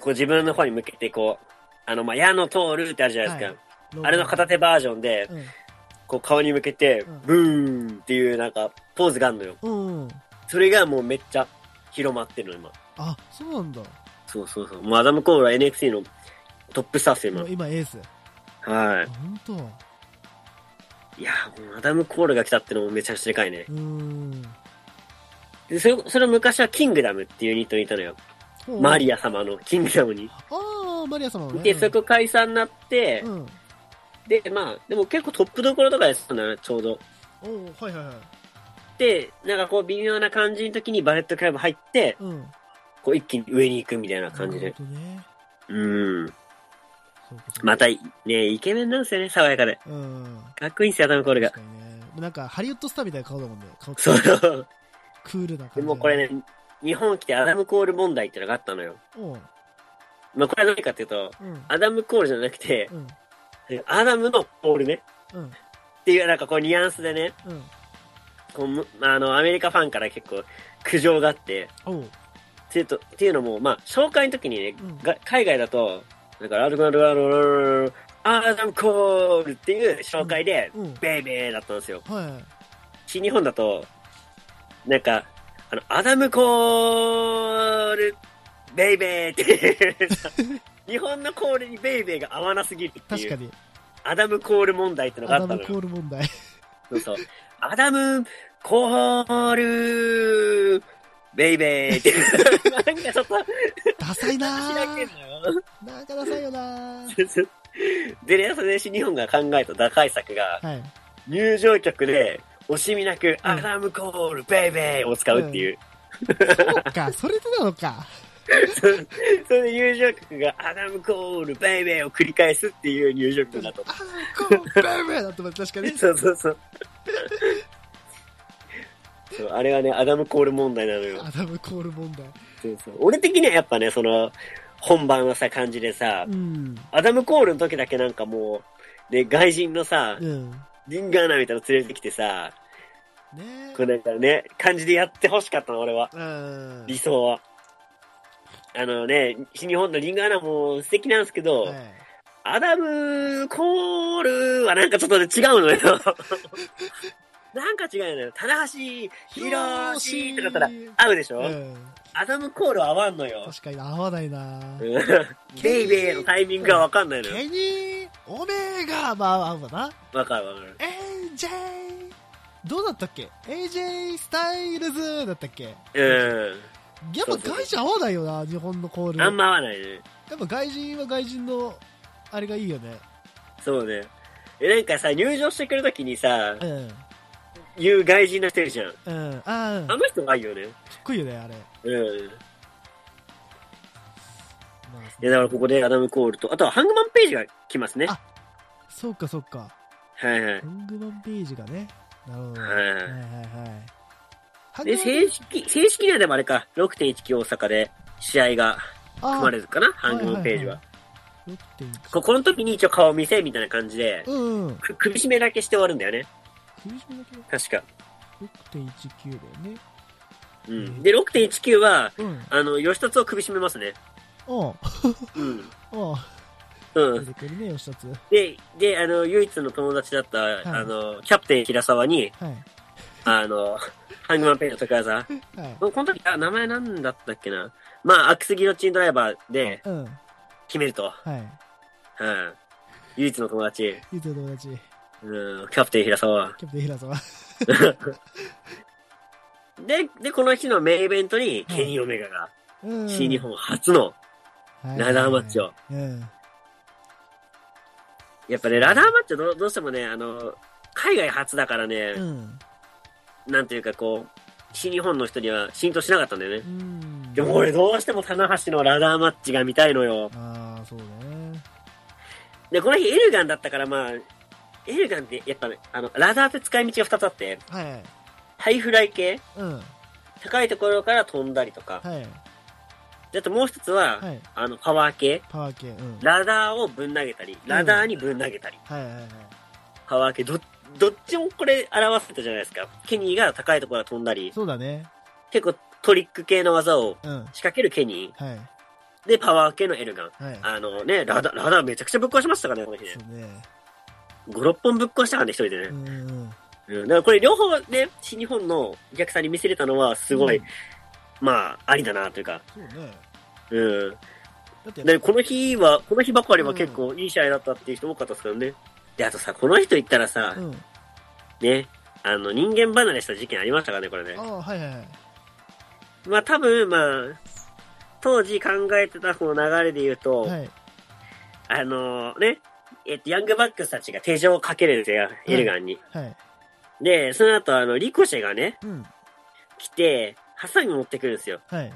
Speaker 3: こう自分の方に向けてこう、あの、まあ、矢の通るってあるじゃないですか。
Speaker 2: ロー
Speaker 3: あれの片手バージョンで、こう顔に向けて
Speaker 2: うん、
Speaker 3: ブーンっていうなんか、ポーズがあるのよ。
Speaker 2: うん。うん。
Speaker 3: それがもうめっちゃ広まってるの、今。
Speaker 2: あ、そうなんだ。
Speaker 3: そうそうそう。もうアダム・コールは NXT のトップスターっすよ、
Speaker 2: もう
Speaker 3: 今。
Speaker 2: 今エース。
Speaker 3: は
Speaker 2: あ本当。う
Speaker 3: い。いやーもうアダム・コールが来たってのもめちゃくちゃでかいね。
Speaker 2: ーん。
Speaker 3: で、それ、それ昔はキングダムっていうユニットにいたのよ。マリ
Speaker 2: ア。
Speaker 3: ア様のキングダムに。
Speaker 2: ああ、マリア様のね。
Speaker 3: で、そ
Speaker 2: こ。
Speaker 3: こ解散になって、
Speaker 2: うん。
Speaker 3: で、まあ、でも結構トップどころとかやってたんだな、ちょうど。
Speaker 2: おーはいはいはい。
Speaker 3: で、なんかこう微妙な感じの時にバレットクラブ入って、
Speaker 2: うん。
Speaker 3: こう一気に上に行くみたいな感じ
Speaker 2: なる
Speaker 3: で。
Speaker 2: ほどね。
Speaker 3: う
Speaker 2: そ
Speaker 3: ん。
Speaker 2: ういうこと
Speaker 3: また、ね、イケメンなんですよね、爽やかで。
Speaker 2: うん。
Speaker 3: かっこいいんですよ、アダム・コールが
Speaker 2: 確。かにね。なんか、ハリウッドスターみたいな顔だもんね。顔つき
Speaker 3: そう。
Speaker 2: クールな感じ。
Speaker 3: でもこれ。ね、日本来てアダム・コール問題ってのがあったのよ。
Speaker 2: おう
Speaker 3: まあこれは何かっていうと、
Speaker 2: うん。
Speaker 3: アダム・コールじゃなくて、
Speaker 2: うん。
Speaker 3: アダムのポールね。
Speaker 2: うん。
Speaker 3: っていう、なんかこうニュアンスでね、
Speaker 2: うん。
Speaker 3: こうむあの、アメリカファンから結構苦情があって、
Speaker 2: おう。
Speaker 3: っていうとっていうのも、まあ、紹介の時にね、
Speaker 2: うん
Speaker 3: が海外だと、なんか、アルゴアルゴアルゴアルゴアダムコールっていう紹介で、
Speaker 2: うんうん
Speaker 3: ベイベーだったんですよ。
Speaker 2: は
Speaker 3: し、日本だと、なんか、あの、アダムコール、ベイベーって、日本のコールにベイベーが合わなすぎるっ
Speaker 2: い。
Speaker 3: てい
Speaker 2: 確か
Speaker 3: う、
Speaker 2: に。
Speaker 3: アダムコール問題ってのが
Speaker 2: ア
Speaker 3: あ
Speaker 2: ダ
Speaker 3: ったの
Speaker 2: ム
Speaker 3: よ
Speaker 2: コ。ール問 題。
Speaker 3: そうそう。アダム、コール、ベイベーって。なんかちょっと、
Speaker 2: ダサいな
Speaker 3: 開けん
Speaker 2: ー
Speaker 3: のよ。
Speaker 2: なんかダサいよなー
Speaker 3: でね、それで日本が考えた打開策が、
Speaker 2: はい。
Speaker 3: 入場曲で、惜しみなく、
Speaker 2: うん
Speaker 3: アダムコール、ベイベーを使うっていう。
Speaker 2: そうか、それでなのか。
Speaker 3: それで入場曲が、アダムコール、ベイベーを繰り返すっていう入場曲だと。
Speaker 2: あー、こう、ベイベーだと思って確かに。
Speaker 3: そうそうそう。 そうあれはね、アダムコール問題なのよ。
Speaker 2: アダムコール問題。
Speaker 3: そうそう俺的にはやっぱね、その、本番のさ、感じでさ、
Speaker 2: うん。
Speaker 3: アダム・コールの時だけなんかもう、ね、外人のさ
Speaker 2: う、ん。
Speaker 3: リンガーナみたいなの連れてきてさ、
Speaker 2: ね
Speaker 3: こうなんかね、感じでやってほしかったの、俺は。
Speaker 2: うん。
Speaker 3: 理想は。あのね、日本のリンガーナも素敵なんですけど、
Speaker 2: はい
Speaker 3: アダム・コールはなんかちょっとね、違うのよ。 なんか違うのよ。棚橋、ヒロシとかだったら合うでしょ、
Speaker 2: うん。
Speaker 3: アダム・コールは合わんのよ。
Speaker 2: 確かに合わないなー
Speaker 3: うんベイベーのタイミングがわかんないのよ。
Speaker 2: ケニー、オメガ、まあ合うわな。
Speaker 3: わかるわかる。
Speaker 2: AJ! どうだったっけ ?AJ スタイルズだったっけやっ
Speaker 3: うん。
Speaker 2: ぱ外人合わないよな、日本のコール。
Speaker 3: あんま合わないね。
Speaker 2: やっぱ外人は外人の、あれがいいよね。
Speaker 3: そうね。え、なんかさ、入場してくるときにさ、
Speaker 2: うん。
Speaker 3: 言う外人の人いるじゃん。
Speaker 2: うん。ああ、うんか
Speaker 3: あ
Speaker 2: っ
Speaker 3: の人がいいよね。
Speaker 2: こいいよね、あれ。
Speaker 3: うん。
Speaker 2: まあ
Speaker 3: で、だからここでアダム・コールと、あとはハングマン・ページが来ますね。
Speaker 2: あそうか、そうか。
Speaker 3: はいはい。
Speaker 2: ロングマンページがね。なるほど。
Speaker 3: は
Speaker 2: はいいはいはい。ハング
Speaker 3: で、
Speaker 2: マン
Speaker 3: 正式、正式にはでもあれか、6.19大阪で試合が
Speaker 2: あ
Speaker 3: 組まれるかな、ハングマン・ページは。。
Speaker 2: いいい6.1
Speaker 3: ここの時に一応顔見せみたいな感じで、
Speaker 2: うんうん。
Speaker 3: く首絞めだけして終わるんだよね。
Speaker 2: 首絞めだけ
Speaker 3: 確か。
Speaker 2: 6.19だよね。
Speaker 3: うん。で、6.19は、
Speaker 2: うん。
Speaker 3: あの、吉達を首絞めますね。
Speaker 2: おう
Speaker 3: うん。
Speaker 2: おう
Speaker 3: う
Speaker 2: 出て
Speaker 3: ん。
Speaker 2: くるね、吉達。
Speaker 3: で、で、あの、唯一の友達だった、あの、キャプテン平沢に、
Speaker 2: はい。
Speaker 3: あの、ハングマンペイの高橋さん。
Speaker 2: はい。
Speaker 3: この時、あ、名前なんだったっけな。まあ、アクスギのチンドライバーで
Speaker 2: うん。
Speaker 3: 決めると。
Speaker 2: はい。
Speaker 3: うん。唯一の友達。
Speaker 2: ゆうと友達、
Speaker 3: うん、キャプテン平沢。
Speaker 2: キャプテン平沢。
Speaker 3: で、で、この日のメインイベントに、
Speaker 2: はい
Speaker 3: ケニー・オメガが、
Speaker 2: うん。
Speaker 3: 新日本初の
Speaker 2: はい。
Speaker 3: ラダーマッチを。
Speaker 2: うん。
Speaker 3: やっぱね、ラダーマッチどうどうしてもね、あの、海外初だからね
Speaker 2: う、ん。
Speaker 3: なんていうかこう、新日本の人には浸透しなかったんだよ
Speaker 2: う
Speaker 3: ね。
Speaker 2: ん。
Speaker 3: でも俺どうしても棚橋のラダーマッチが見たいのよ。
Speaker 2: ああ、そうね。
Speaker 3: で、この日エルガンだったから、まあ、エルガンってやっぱね、あの、ラダーって使い道が2つあって、
Speaker 2: はい。
Speaker 3: ハイフライ系
Speaker 2: うん。は
Speaker 3: 高いところから飛んだりとか、
Speaker 2: い。
Speaker 3: であともう一つは、
Speaker 2: はい。
Speaker 3: あの、パワー系
Speaker 2: パワー系。うん。
Speaker 3: ラダーをぶん投げたり、ラダーにぶん投げたり、
Speaker 2: はいはいはい。
Speaker 3: パワー系、ど、どっちもこれ表せたじゃないですか。ケニーが高いところから飛んだり、
Speaker 2: そうだね。
Speaker 3: 結構トリック系の技を
Speaker 2: うん。
Speaker 3: 仕掛けるケニ
Speaker 2: はい。
Speaker 3: ー、で、パワー系のエルガン。
Speaker 2: はい。
Speaker 3: あのね、ラダー、ラダーめちゃくちゃぶっ壊しましたからね、この日ね
Speaker 2: そ。うね。
Speaker 3: 5、6本ぶっ壊したからね、一人でね。
Speaker 2: うんうん。
Speaker 3: うん、だからこれ両方ね、新日本のお客さんに見せれたのは、すごい、
Speaker 2: うん
Speaker 3: まあ、ありだなというか、
Speaker 2: そうね。
Speaker 3: うん。
Speaker 2: だって、
Speaker 3: で、この日は、この日ばかりは結構いい試合だったっていう人多かったですからね。で、あとさ、この人言ったらさ、
Speaker 2: うん。
Speaker 3: ね、あの、人間離れした事件ありましたからね、これね
Speaker 2: あ。あ、はいはいはい。
Speaker 3: まあ、多分、まあ、当時考えてたこの流れで言うと、
Speaker 2: はい。
Speaker 3: あのね、えっと、ヤングバックスたちが手錠をかけるんですよ、エルガンに。
Speaker 2: はい。
Speaker 3: で、その後、あの、リコシェがね、
Speaker 2: うん。
Speaker 3: 来て、ハサミ持ってくるんですよ。
Speaker 2: はい。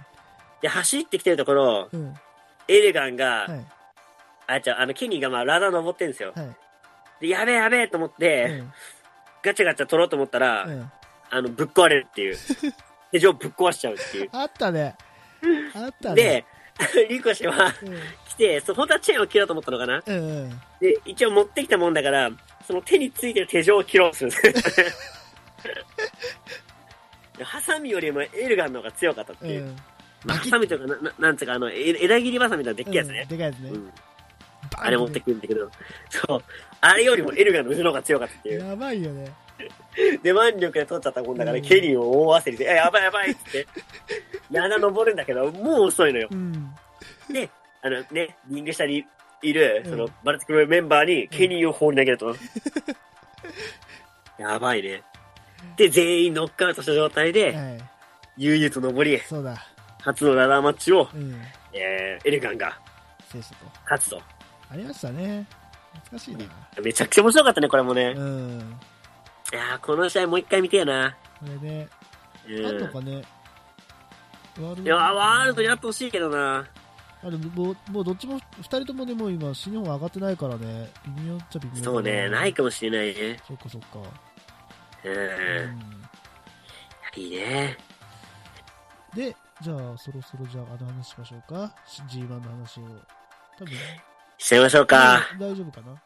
Speaker 3: で、走ってきてるところ、
Speaker 2: うん。
Speaker 3: エレガンが、
Speaker 2: はい。
Speaker 3: あ、じゃあ、あの、ケニーがまあ、ラダー登ってんですよ。
Speaker 2: はい。
Speaker 3: で、やべえやべえと思って、
Speaker 2: うん。
Speaker 3: ガチャガチャ取ろうと思ったら、
Speaker 2: うん。
Speaker 3: あの、ぶっ壊れるっていう。手錠ぶっ壊しちゃうっていう。
Speaker 2: あったね。あったね。
Speaker 3: で、 リコシは
Speaker 2: うん
Speaker 3: 来て、そう、本当はチェーンを切ろうと思ったのかな
Speaker 2: うん。うん。
Speaker 3: で、一応持ってきたもんだから、その手についてる手錠を切ろうとするんですよねでハサミよりもエルガンの方が強かったっていう。
Speaker 2: うん。
Speaker 3: まあ、ハサミとかな、ななんつうか、あの、え枝切りハサミのでっけえやつ
Speaker 2: う
Speaker 3: ね
Speaker 2: ん。でかいやつね
Speaker 3: う。ん
Speaker 2: バン
Speaker 3: あれ持ってくるんだけど、そう。あれよりもエルガンの腕の方が強かったっていう。
Speaker 2: やばいよね。
Speaker 3: で、腕力で取っちゃったもんだから、
Speaker 2: うん
Speaker 3: ケリーを大焦りで、え、やばいやばいっ つって。穴登るんだけど、もう遅いのよ。
Speaker 2: うん。
Speaker 3: あのね、リング下にいる、
Speaker 2: うん
Speaker 3: その、バルティックのメンバーに、ケニーを放り投げ ると。やばいね。で、全員ノックアウトした状態で、
Speaker 2: はい。
Speaker 3: 悠々と登り、
Speaker 2: そうだ。
Speaker 3: 初のラダーマッチを、
Speaker 2: うん。
Speaker 3: えー、エレガンが
Speaker 2: 制したと。
Speaker 3: 勝つと。
Speaker 2: ありましたね。懐かしいな。
Speaker 3: めちゃくちゃ面白かったね、これもね。
Speaker 2: うん。
Speaker 3: いやーこの試合もう一回見てえな。
Speaker 2: これね、
Speaker 3: うん。
Speaker 2: あんのかね。ワール
Speaker 3: いやーワールドにあってほしいけどな。
Speaker 2: あれもう、もうどっちも、二人ともでも今、新日本上がってないからね、微妙っちゃ微妙。
Speaker 3: そうね、ない。かもしれないね。
Speaker 2: そっかそっか。
Speaker 3: うん。
Speaker 2: うん。
Speaker 3: いいね。
Speaker 2: で、じゃあ、そろそろじゃあ、あの話しましょうか。G1 の話を。多分、
Speaker 3: しちゃいましょうか。
Speaker 2: 大丈夫かな